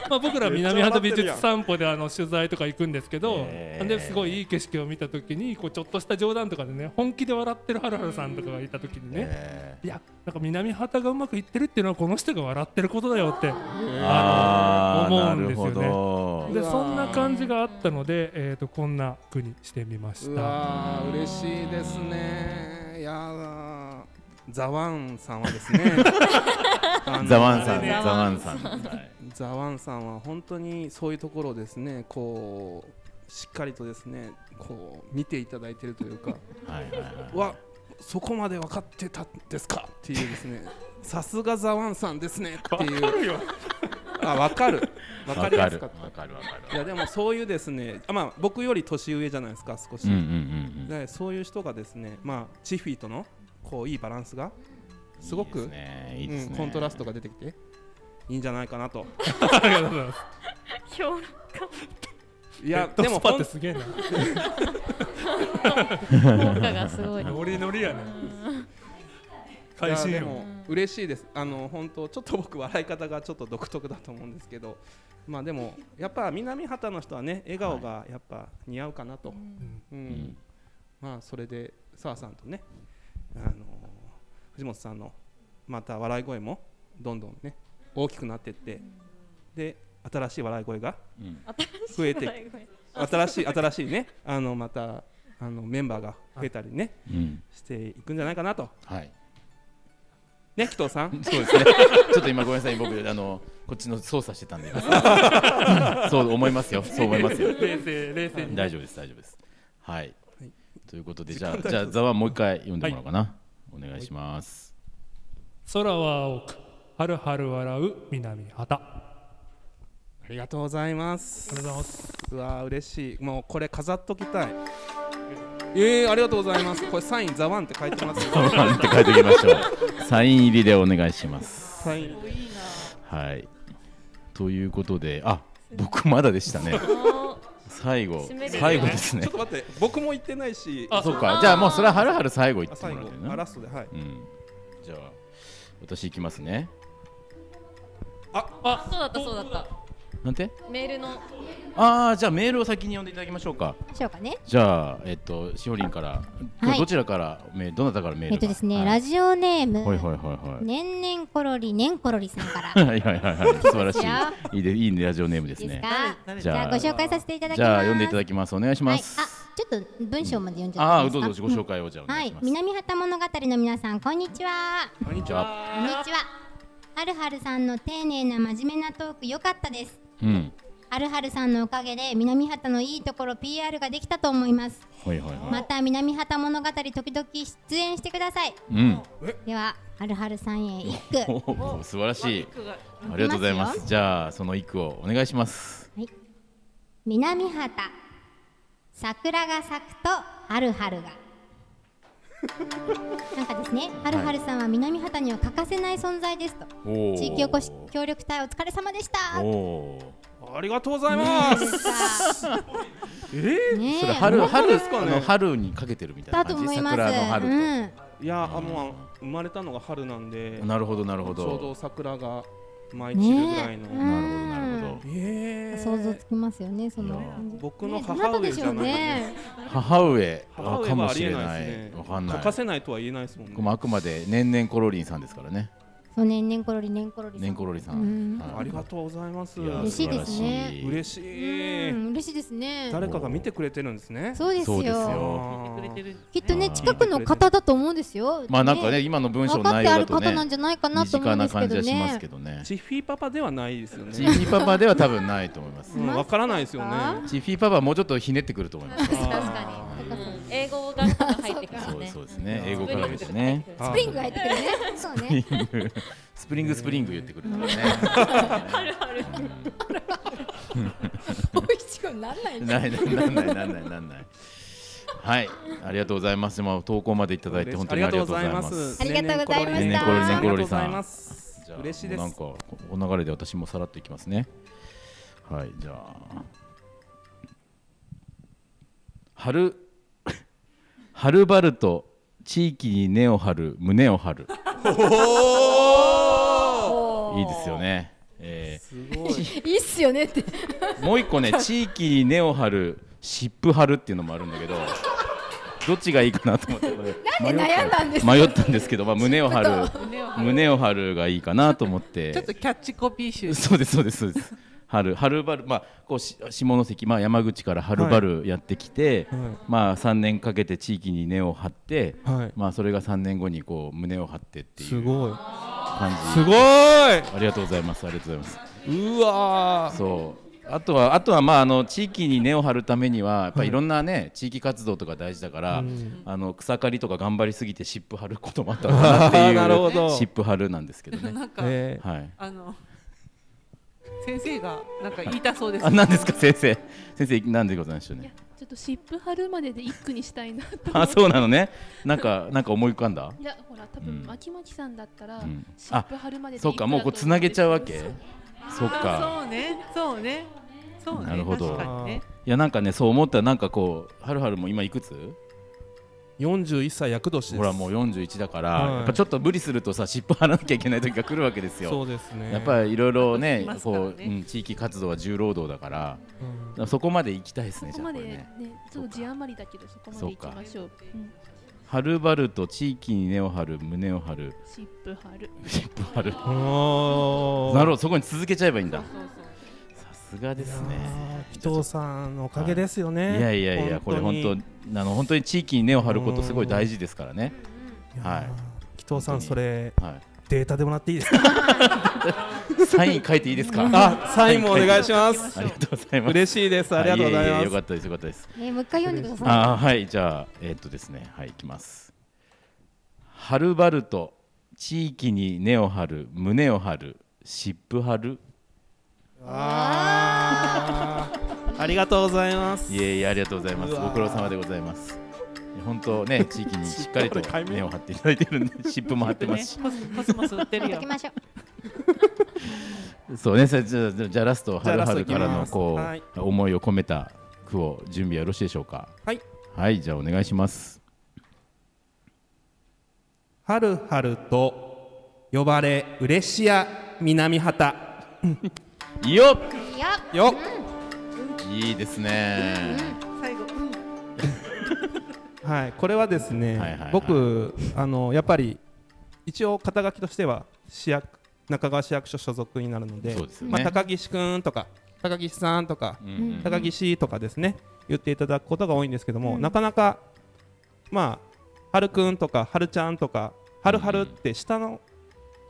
Speaker 5: まあ、僕ら南畑美術散歩であの取材とか行くんですけど、
Speaker 2: えー
Speaker 5: ですごいいい景色を見た時にこうちょっとした冗談とかでね本気で笑ってるはるはるさんとかがいた時にね、
Speaker 2: え
Speaker 5: いやなんか南畑がうまくいってるっていうのはこの人が笑ってることだよって
Speaker 2: ーあーな
Speaker 5: あの思うん
Speaker 2: る
Speaker 5: ですよ
Speaker 2: ほ
Speaker 5: ね
Speaker 2: ど
Speaker 5: でそんな感じがあったので、えー、とこんな句にしてみまし
Speaker 3: う
Speaker 5: た。
Speaker 3: わー嬉しいですねいやーザワンさんはですねあの
Speaker 2: ザワンさん
Speaker 3: あれ
Speaker 2: ザワンさんはい
Speaker 3: ザワンさんは本当にそういうところをですねこうしっかりとですねこう見ていただいてるというか
Speaker 2: はいはいはいう
Speaker 3: わそこまで分かってたんですかっていうですねさすがザワンさんですねっていうあ分かる分か
Speaker 2: わ
Speaker 3: り
Speaker 2: か
Speaker 3: やす
Speaker 2: る
Speaker 3: かっ
Speaker 2: わかるわか
Speaker 3: たいやでもそういうですねあまあ僕より年上じゃないですか少し、
Speaker 2: るうんうんうん
Speaker 3: でそういう人がですねまあチフィーとのこういいバランスがすごく
Speaker 2: いいですねいいです
Speaker 3: うん、
Speaker 2: ね
Speaker 3: コントラストが出てきていいんじゃないかなと
Speaker 5: ありがとうございます。
Speaker 3: い
Speaker 5: い
Speaker 3: やでも
Speaker 5: スパっ
Speaker 3: ほん
Speaker 5: てすげえな。
Speaker 4: 効果がすごい。
Speaker 5: ノリノリやね。
Speaker 3: い
Speaker 5: 会
Speaker 3: や
Speaker 5: 心
Speaker 3: で
Speaker 5: よ。
Speaker 3: も嬉しいですあの本当ちょっと僕笑い方がちょっと独特だと思うんですけどまあでもやっぱ南畑の人はね笑顔がやっぱ似合うかなと、うん
Speaker 2: ん
Speaker 3: まあそれで澤さんとねあの藤本さんのまた笑い声もどんどんね大きくなっていってで新しい笑い声が
Speaker 2: うん
Speaker 3: 増えて新しい新しいねあのまたあのメンバーが増えたりね
Speaker 2: うん
Speaker 3: していくんじゃないかなと
Speaker 2: はい
Speaker 3: ね紀藤さん
Speaker 2: そうですね。ちょっと今ごめんなさい。僕あのこっちの操作してたんで。 <laughs> そう思いますよ。そう思いますよ。
Speaker 5: 冷静冷静に。
Speaker 2: 大丈夫です。大丈夫です。はい。
Speaker 3: い
Speaker 2: ということでじゃあじゃあザワもう一回読んでもらおうかな。お願いします。
Speaker 5: 空は青く、はるはる笑う南畑。あ
Speaker 3: ありがとうございます
Speaker 5: りがとうございます。
Speaker 3: うわー嬉しいもうこれ飾っときたいえー、ありがとうございますこれサインザワンって書いてますよ
Speaker 2: って書いておきましょ
Speaker 3: <laughs>
Speaker 2: う。サイン入りでお願いします。
Speaker 3: サイン
Speaker 2: はい。ということであ僕まだでしたね。最後
Speaker 4: 締める
Speaker 2: 最後です
Speaker 3: ちょ
Speaker 2: ね
Speaker 3: っ。と待って僕も言ってないしあ
Speaker 5: あ
Speaker 2: そうか。じゃあもうそれははるはる最後言って
Speaker 3: 最
Speaker 2: もらっ
Speaker 3: 後
Speaker 2: て
Speaker 3: あ
Speaker 2: な
Speaker 3: ラ。ストではい
Speaker 2: うん。じゃあ私行きますね。
Speaker 4: そうだったそうだった。
Speaker 2: なんて？
Speaker 4: メールの
Speaker 2: ああじゃあメールを先に読んでいただきましょうか。
Speaker 1: ましょうかね。
Speaker 2: じゃあ、えっと、しおりんから、
Speaker 1: はい
Speaker 2: どちらから、め、どなたからメールが。
Speaker 1: えっとですね、
Speaker 2: はい
Speaker 1: ラジオネーム、
Speaker 2: はいはいはいはい。
Speaker 1: 年々コロリ年コロリさんから。
Speaker 2: はいはいは
Speaker 1: <laughs>
Speaker 2: いはい、素晴らしい。いいで、いいね、ラジオネームです
Speaker 1: です
Speaker 2: ね
Speaker 1: か。。
Speaker 6: 誰
Speaker 2: じ
Speaker 1: じゃ
Speaker 2: ゃ
Speaker 1: あ
Speaker 2: あ、
Speaker 1: ご紹介させていただきます。
Speaker 2: じゃあ、読んでいただきます。お願いし
Speaker 1: は
Speaker 2: ま
Speaker 1: い。
Speaker 2: す。
Speaker 1: あ、ちょっと文章まで読んじ
Speaker 2: あ
Speaker 1: ゃ
Speaker 2: あ、
Speaker 1: っていいです
Speaker 2: どう
Speaker 1: か。
Speaker 2: ぞ、ご紹介をじゃあ、お
Speaker 1: は
Speaker 2: 願い
Speaker 1: い
Speaker 2: し、ます。
Speaker 1: 南畑物語の皆さん、こんにちは。
Speaker 2: こんにちは。
Speaker 1: こんにちは。はるはるさんの丁寧な真面目なトーク、良かったです。
Speaker 2: うん。
Speaker 1: はるはるさんのおかげで、南畑のいいところ PR ができたと思います。
Speaker 2: はいはいは
Speaker 1: また、南畑物語時々出演してください。
Speaker 2: い。うん。
Speaker 1: では、はるはるさんへ一句。
Speaker 2: おおお素晴らしい。ありがとうございま
Speaker 1: いきます
Speaker 2: す。じゃあ、その一句をお願いします。
Speaker 1: 南畑桜が咲くと春春
Speaker 2: <laughs>
Speaker 1: がなんかですね、はるはるさんは南畑には欠かせない存在ですと
Speaker 2: おー
Speaker 1: 地域おこし協力隊お疲れ様でした
Speaker 2: おお。
Speaker 3: ありがとうございます
Speaker 1: さあ
Speaker 3: え
Speaker 1: ねえ
Speaker 2: それ春
Speaker 3: 本当
Speaker 2: 春
Speaker 3: ですかね
Speaker 2: あの春にかけてるみたいな
Speaker 1: だと
Speaker 2: 感じ
Speaker 1: 思います。
Speaker 2: 桜の春
Speaker 1: う
Speaker 2: と、
Speaker 1: ん、
Speaker 3: いやあもう生まれたのが春なんで
Speaker 2: なるほどなるほ
Speaker 3: ち
Speaker 2: ど
Speaker 3: ょうど桜が舞い散るぐら
Speaker 1: ね
Speaker 3: いの、
Speaker 1: え、
Speaker 2: なるほどなるほど
Speaker 3: えー
Speaker 1: 想像つきますよね、その
Speaker 2: いや
Speaker 1: 感じ。
Speaker 3: 僕の
Speaker 1: ね
Speaker 3: 母
Speaker 1: どなた
Speaker 3: 上
Speaker 1: でし
Speaker 3: じ
Speaker 1: ょ
Speaker 3: ゃ
Speaker 1: う
Speaker 3: ない、
Speaker 1: ね。
Speaker 2: 母上
Speaker 3: 母
Speaker 2: か
Speaker 3: 上は
Speaker 2: も
Speaker 3: あり
Speaker 2: し
Speaker 3: え
Speaker 2: れ
Speaker 3: な
Speaker 2: ないい
Speaker 3: ですね
Speaker 2: わかんない
Speaker 3: 欠かせないとは言えないですもんね
Speaker 2: これもあくまで年々コロリンさんですからね
Speaker 1: そうね、年コロリ年コロリさん。
Speaker 2: 年コロリさん、
Speaker 1: うん
Speaker 2: はい
Speaker 3: ありがとうございます
Speaker 2: や
Speaker 1: 嬉しいですね
Speaker 2: 素晴らしい
Speaker 3: 嬉しい、
Speaker 1: うん、嬉しいですね。
Speaker 3: 誰かが見てくれてるんですね
Speaker 1: そうです
Speaker 2: そうです
Speaker 1: よ。
Speaker 2: よ
Speaker 3: あ
Speaker 6: 聞いてくれて
Speaker 3: ー
Speaker 6: るんですね
Speaker 1: きっとね、
Speaker 2: あー
Speaker 1: 近くの方だと思うんですよ。
Speaker 2: まあなんかね、今の文章
Speaker 1: 分
Speaker 2: の
Speaker 1: かっ
Speaker 2: 内
Speaker 1: てあ
Speaker 2: 容
Speaker 1: る
Speaker 2: だと
Speaker 1: 方
Speaker 2: ね
Speaker 1: なんじゃないかな
Speaker 2: 身
Speaker 1: と思う
Speaker 2: 近
Speaker 1: んで
Speaker 2: な
Speaker 1: すけ
Speaker 2: 感じ
Speaker 1: ど
Speaker 2: はします
Speaker 1: ね
Speaker 2: け。どね
Speaker 3: チッフィーパパではないですよ
Speaker 2: チ
Speaker 3: ね
Speaker 2: ッフィパパでは多分ないと思います
Speaker 3: うんわからないですよねあ
Speaker 2: チッフィパパはもうちょっとひねってくると思います
Speaker 3: ー
Speaker 4: 確かに、うん英語が入ってきます
Speaker 2: そう
Speaker 4: ね
Speaker 2: そうですね
Speaker 3: うん
Speaker 2: 英語からですね
Speaker 3: あー
Speaker 1: スプリングが入ってくるね。 <laughs> そうね。
Speaker 2: スプリングスプリング言ってくるからね
Speaker 1: おいしくなんないね。
Speaker 2: ないないなんないなんないなんないはいありがとうございますまあ投稿までいただいて本当にありがとうございます
Speaker 1: ありがとうございました
Speaker 2: ねねころりねころりさん
Speaker 3: ありがとうございます
Speaker 2: じゃあ
Speaker 3: 嬉しいで
Speaker 2: もうなん
Speaker 3: す
Speaker 2: かここの流れで私もさらっといきますねはいじゃあ春はるばると地域に根を張る胸を張るいいですよね、え
Speaker 3: すごい
Speaker 1: いいっすよねって。
Speaker 2: ーもう一個ね地域に根を張る湿布張るっていうのもあるんだけどどっちがいいかなと思ってこれ
Speaker 1: なんで悩んだんですか
Speaker 2: 迷ったんですけど、まあ、胸を張る
Speaker 6: 胸を張る
Speaker 2: 胸を張るがいいかなと思って
Speaker 6: ちょっとキャッチコピー集
Speaker 2: そうですそうですそうです。はるはるばるまあこうし下関まあ山口からはるばるやってきて、
Speaker 3: はい
Speaker 2: まあ三年かけて地域に根を張って、
Speaker 3: はい
Speaker 2: まあそれが三年後にこう胸を張ってって
Speaker 3: す
Speaker 2: いう
Speaker 3: ごい
Speaker 2: 感じ。
Speaker 3: すごい
Speaker 2: ありがとうございますありがとうございま
Speaker 3: うわ
Speaker 2: す。そう。あとはあとはまああの地域に根を張るためにはやっぱりいろんなね、地域活動とか大事だから、あの草刈りとか頑張りすぎて湿布張ることもあったのかなって
Speaker 3: あーなるほ
Speaker 2: い
Speaker 3: ど
Speaker 2: う湿布張るなんですけどね。
Speaker 3: <laughs>
Speaker 6: なんか、
Speaker 3: ーえ
Speaker 2: はい。
Speaker 6: あの先生がなんか言いたそうです
Speaker 2: あ何ですか先生先生何でございましょう
Speaker 7: い
Speaker 2: ね
Speaker 7: や。ちょっと湿布貼るまでで一句にしたいなと思
Speaker 2: あ、
Speaker 7: って
Speaker 2: そうなのね。なんか、なんか思い浮かんだ。
Speaker 7: いやほら多
Speaker 2: うん
Speaker 7: 分巻き巻きさんだったら
Speaker 2: うん
Speaker 7: 湿布貼るまでで
Speaker 2: そっか、もうこうつなげちゃうわけ。そっか。
Speaker 6: そうねそうねそうね
Speaker 2: なるほど
Speaker 6: 確かにね
Speaker 2: いや、なんかね、そう思ったら、なんかこう、はるはるも今いくつ。
Speaker 3: ー、41歳役年です
Speaker 2: ほら、もう41だから、
Speaker 3: はい
Speaker 2: やっぱちょっと無理するとさ、尻尾張らなきゃいけない時が来るわけです
Speaker 3: そ
Speaker 2: よ。
Speaker 3: うですね
Speaker 2: やっぱりいろいろね
Speaker 6: 来ま、すから
Speaker 2: こ
Speaker 6: ね
Speaker 2: う、うん、地域活動は重労働だから、
Speaker 3: うん
Speaker 2: だからそこまで行きたいです
Speaker 7: そ
Speaker 2: ね。じ
Speaker 7: こ
Speaker 2: ゃあ、
Speaker 7: ま
Speaker 2: こ
Speaker 7: で
Speaker 2: れ
Speaker 7: ね
Speaker 2: ね。
Speaker 7: ちょっと字余りだけどそこまで行きましょううん
Speaker 2: はるばると地域に根を張る、胸を張る、 <laughs>
Speaker 7: 湿布貼る
Speaker 2: 尻尾張る。
Speaker 3: おー
Speaker 2: なるほど、そこに続けちゃえばいいんだ。
Speaker 6: そうそう
Speaker 2: さすがですね。
Speaker 3: 伊藤さんのおかげですよね。
Speaker 2: いやいやいや、これ本当、あの本当に地域に根を張ることすごい大事ですからね。
Speaker 3: 当
Speaker 2: はい
Speaker 3: い。紀藤
Speaker 2: 本当
Speaker 3: さ
Speaker 2: に
Speaker 3: ん、それ
Speaker 2: は
Speaker 3: データでもらっていいですか。
Speaker 2: い。サイン書いていいですか。
Speaker 3: <laughs> あ、サインもお願いしま。
Speaker 6: 行きますし
Speaker 2: あ
Speaker 6: ょ
Speaker 2: りが
Speaker 6: う
Speaker 2: とうございます。
Speaker 3: 嬉しいです。ありがとうござ
Speaker 2: は
Speaker 3: います。
Speaker 2: えええよかったです。よかったです。
Speaker 1: えー、もう一回読んでくださ
Speaker 2: あー、はい、じゃあ、えっとですね、はい、いきます。はるばると地域に根を張る、胸を張る、湿布張る。
Speaker 3: あーありがとうございます。
Speaker 2: いえいえ、ありがとうございます。
Speaker 3: うわ
Speaker 2: ご
Speaker 3: ー
Speaker 2: 苦労様でございます。いや本当
Speaker 3: <laughs>
Speaker 2: ね、地域にしっかりと根を張っていただいてるんで、湿布も張ってますし。
Speaker 6: コスコスモス売って
Speaker 1: い。
Speaker 6: る
Speaker 1: やっ
Speaker 6: よ
Speaker 1: ときましょう。
Speaker 2: そうね、さじゃあじゃあじゃあラスト
Speaker 3: じ
Speaker 2: は
Speaker 3: ゃあ
Speaker 2: る
Speaker 3: ラス
Speaker 2: は
Speaker 3: ト
Speaker 2: る
Speaker 3: いき
Speaker 2: か
Speaker 3: ます
Speaker 2: らのこう、
Speaker 3: はい
Speaker 2: 思いを込めた句を準備はよろしいでしょうか。
Speaker 3: はい。
Speaker 2: はい、じゃあお願いします。
Speaker 3: はるはると呼ばれ嬉しや南畑
Speaker 2: いいよ、
Speaker 1: いや、
Speaker 3: よ。
Speaker 2: いいですね。
Speaker 6: 最後うん
Speaker 3: はい。これはですね、
Speaker 2: はいはいはい
Speaker 3: 僕あのやっぱり一応肩書きとしては市役中川市役所所属になるので、
Speaker 2: そうですよね
Speaker 3: まあ高岸くんとか高岸さんとか。
Speaker 2: うんうん
Speaker 3: 高岸とかですね言っていただくことが多いんですけども、なかなかまあはるくんとかはるちゃんとかはるはるって下の、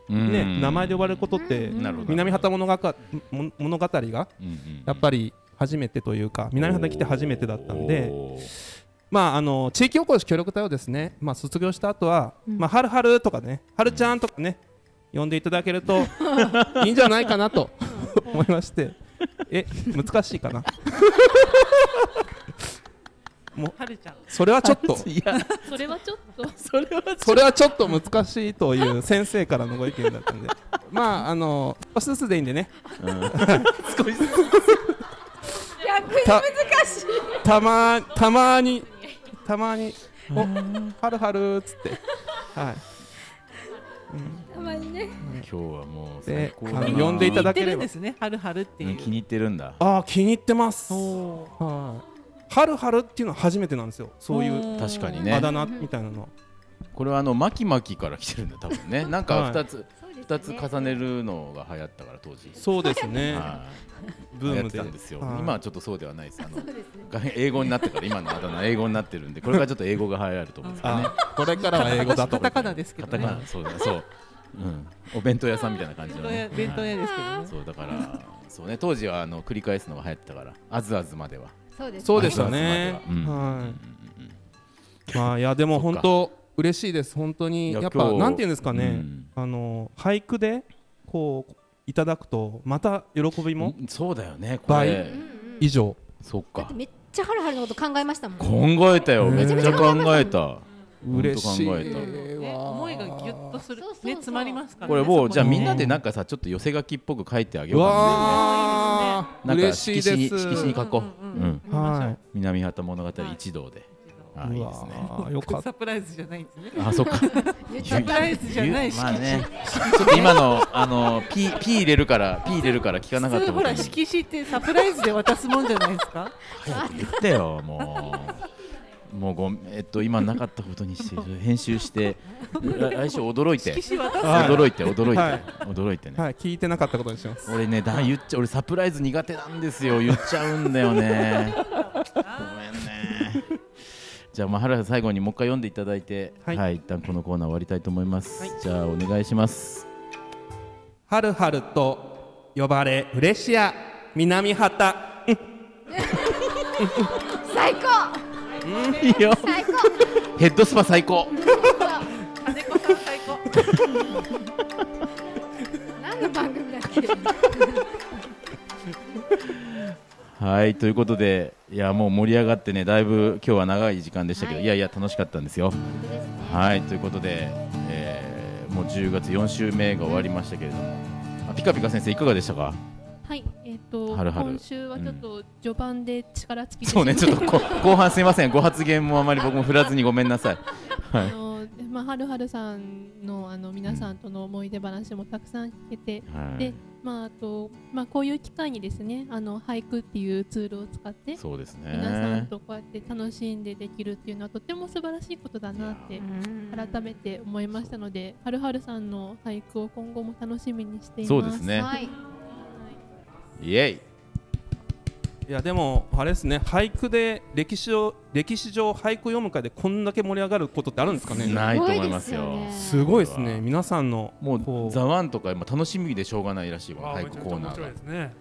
Speaker 2: うん
Speaker 3: ね名前で呼ばれることって、
Speaker 2: なるほど
Speaker 3: 南畑物語も物語が
Speaker 2: うんうん
Speaker 3: やっぱり初めてというか南畑来て初めてだったんで、
Speaker 2: おー
Speaker 3: まああの地域おこし協力隊をですね、まあ、卒業した後は、まあはるはるとかねはるちゃんとかね、呼んでいただける
Speaker 6: <laughs>
Speaker 3: といいんじゃないかなと思いましてえ難しいか
Speaker 6: <laughs>
Speaker 3: な
Speaker 6: はるちゃん
Speaker 3: それはちょっと
Speaker 2: いや、
Speaker 7: それはちょっと
Speaker 2: それは
Speaker 3: それはちょっと難しいという先生からのご意見だったんで <laughs> まああの少しずつでいいんでね
Speaker 2: 少しずつ
Speaker 1: 逆に
Speaker 3: たたまたまにたまに「おはるはる」っつってはい
Speaker 10: たまにね
Speaker 2: 今日はもう最
Speaker 3: で
Speaker 2: 高
Speaker 3: あ
Speaker 2: だな
Speaker 3: の呼んでいた
Speaker 6: 言
Speaker 3: だ
Speaker 6: っ
Speaker 3: け
Speaker 6: てる
Speaker 3: れ
Speaker 6: ん
Speaker 3: ば
Speaker 6: ですね。はるはるって
Speaker 2: う
Speaker 6: い
Speaker 2: ん
Speaker 6: う
Speaker 2: 気。に入ってるんだ
Speaker 3: ああ気に入ってます
Speaker 6: お
Speaker 3: はいはるはるっていうのは初めてなんですよそういう
Speaker 2: 確かに
Speaker 3: あ
Speaker 2: ね
Speaker 3: だ名みたいなのは
Speaker 2: これはあの巻き巻きから来てるんだ多分ねなん
Speaker 3: は
Speaker 2: か
Speaker 3: い
Speaker 2: 2つ
Speaker 10: そう
Speaker 2: 二
Speaker 10: です
Speaker 2: つ
Speaker 10: よね
Speaker 2: 重ねるのが流行ったから当時
Speaker 3: そうですね
Speaker 2: はい
Speaker 3: ブーム
Speaker 2: 流行ってた
Speaker 3: で
Speaker 2: んですよ
Speaker 3: はい
Speaker 2: 今はちょっとそうではないですあの外英語になってから今のあだ名英語になってるんでこれからちょっと英語が流行ると思うんですけどね
Speaker 3: あこれからは英語だと <laughs>
Speaker 6: カタカナですけ
Speaker 2: カ
Speaker 6: ど
Speaker 2: タ
Speaker 6: ね。
Speaker 2: カナそうだそううんお弁当屋さんみたいな感じのね
Speaker 6: 弁当屋弁当屋ですけどね
Speaker 2: はいそうだからそうね当時はあの繰り返すのが流行ってたからあずあずまでは
Speaker 10: そうです
Speaker 3: そう
Speaker 10: ね
Speaker 3: ですよね
Speaker 2: あずあずまではうん
Speaker 3: はいまあいやでも本当嬉しいです本当に
Speaker 2: い
Speaker 3: や
Speaker 2: や
Speaker 3: っぱ
Speaker 2: 今日
Speaker 3: なんていうんですか
Speaker 2: う
Speaker 3: ね
Speaker 2: ん
Speaker 3: あの俳句でこういただくとまた喜びも
Speaker 2: うんそうだよねこ
Speaker 3: 倍
Speaker 2: れ
Speaker 3: 以上
Speaker 2: そっ
Speaker 10: だっ
Speaker 2: か
Speaker 10: てめっちゃハルハルのこと考えましたもん
Speaker 2: 考えたよめっちゃ考えた
Speaker 3: 嬉しい
Speaker 2: 本当考えた
Speaker 6: ね思いがギュッとする
Speaker 10: そうそうそう
Speaker 6: ね詰まりますからね。
Speaker 2: これもうじゃあ
Speaker 6: そこ
Speaker 2: み
Speaker 6: に
Speaker 2: んなでなんかさちょっと寄せ書きっぽく書いてあげ
Speaker 3: う
Speaker 2: ようか
Speaker 3: わー
Speaker 2: ななんか色
Speaker 3: 嬉しい
Speaker 2: 紙に
Speaker 3: です
Speaker 2: 色紙に書こう、
Speaker 6: うん
Speaker 2: う
Speaker 6: うんん
Speaker 3: は
Speaker 2: 南畑物語一同で、あ
Speaker 3: い
Speaker 2: いうい
Speaker 3: わ
Speaker 2: ですね
Speaker 3: ーよかった
Speaker 6: サプライズじゃないんですね。
Speaker 2: あそっか
Speaker 6: サプライズじゃないし
Speaker 2: まあねちょっと今のあの P, P 入れるから P 入れるから聞かなかっ
Speaker 6: 普
Speaker 2: た
Speaker 6: 通
Speaker 2: こ
Speaker 6: ほ
Speaker 2: と
Speaker 6: ら
Speaker 2: に
Speaker 6: 色紙ってサプライズで渡すもんじゃないです
Speaker 2: <laughs>
Speaker 6: か。
Speaker 2: 早く言ってよもうもうごめんえっと今なかったことにして編集 <laughs> して来週驚いて
Speaker 6: 色紙渡す。
Speaker 3: はい
Speaker 2: 驚いて驚いて、
Speaker 3: はい
Speaker 2: 驚いてね、
Speaker 6: <laughs>
Speaker 3: はい聞いてなかったことにします
Speaker 2: 俺ねだ言っちゃ俺サプライズ苦手なんですよ言っちゃうんだよねごめんねじゃあまあ原田最後にもう一回読んでいただいて
Speaker 3: は
Speaker 2: はいい、一旦このコーナー終わりたいと思います、じゃあお願いします
Speaker 3: はるはると呼ばれ嬉しや南畑
Speaker 10: 最高
Speaker 2: いいよ
Speaker 10: 最高
Speaker 2: ヘッドスパ最高
Speaker 6: 金子さん最高。
Speaker 10: 何の番組だっけ
Speaker 2: はいということでいやもう盛り上がってねだいぶ今日は長い時間でしたけど、
Speaker 10: はい
Speaker 2: い、やいや楽しかったんですよはいということで、えーもう10月4週目が終わりましたけれどもあピカピカ先生いかがでしたか
Speaker 7: はい、えっ、と
Speaker 2: はるはる
Speaker 7: 今週はちょっと序盤で力尽きてし
Speaker 2: そ
Speaker 7: ま
Speaker 2: うね、ちょっと <laughs> こ後半すみません、ご発言もあまり僕も振らずにごめんなさい。
Speaker 7: <laughs> あのまあはるはるさんのあの皆さんとの思い出話もたくさん聞けて、
Speaker 2: はい
Speaker 7: で、まああとまあこういう機会にですね、あの俳句っていうツールを使って
Speaker 2: そうですね。
Speaker 7: 皆さんとこうやって楽しんでできるっていうのはとても素晴らしいことだなって改めて思いましたので、はるはるさんの俳句を今後も楽しみにしています。
Speaker 2: そうですね。
Speaker 10: はい
Speaker 2: イエイ。
Speaker 3: いやでもあれですね俳句で歴史を歴史上俳句読む会でこんだけ盛り上がることってあるんですかね
Speaker 2: ないと思いますよ。
Speaker 3: すごいですね皆さんの
Speaker 2: も
Speaker 3: こ
Speaker 2: うザワンとか今楽しみでしょうがないらしいわ、
Speaker 5: あー
Speaker 2: 俳
Speaker 5: め
Speaker 2: 句
Speaker 5: ちゃ
Speaker 2: コ
Speaker 5: くちゃ
Speaker 2: ーナ
Speaker 5: 面
Speaker 2: ー
Speaker 5: 白い
Speaker 2: が
Speaker 5: ですね。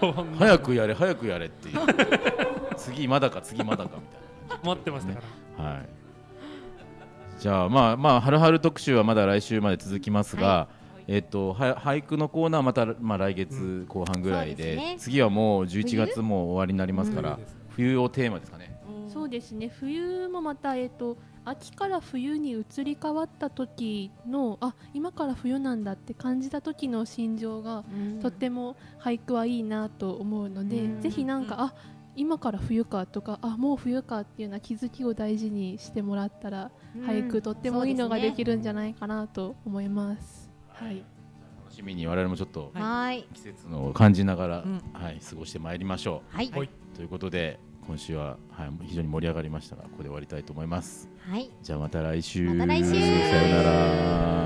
Speaker 5: 本当に。
Speaker 2: 早くやれ早くやれっていう。 <laughs> 次まだか次まだかみたい
Speaker 5: 待ってましたから。
Speaker 2: な。はい。じゃあまあまあはるはる特集はまだ来週まで続きますが。えっと、は俳句のコーナーまた、まあ、来月後半ぐらい
Speaker 10: そ
Speaker 2: で,、
Speaker 10: うですね
Speaker 2: 次はもう11月も終わりになりますから冬をテーマですかね
Speaker 7: そうですね冬もまた、えっと秋から冬に移り変わった時のあ今から冬なんだって感じた時の心情が、とっても俳句はいいなと思うので、
Speaker 10: うん
Speaker 7: ぜひなんか、あ今から冬かとかあもう冬かっていうような気づきを大事にしてもらったら、俳句とってもいいのができ
Speaker 10: る
Speaker 7: るんじゃないかなと思います。はい、
Speaker 2: 楽しみに我々もちょっと
Speaker 10: はい
Speaker 2: 季節のを感じながら、
Speaker 6: うん
Speaker 2: はい、過ごしてまいりましょ
Speaker 10: はい
Speaker 5: はい
Speaker 2: ということで今週は、はい、非常に盛り上がりましたがここで終わりたいと思います
Speaker 10: はい
Speaker 2: じゃあまた来週
Speaker 1: また来週
Speaker 2: さようなら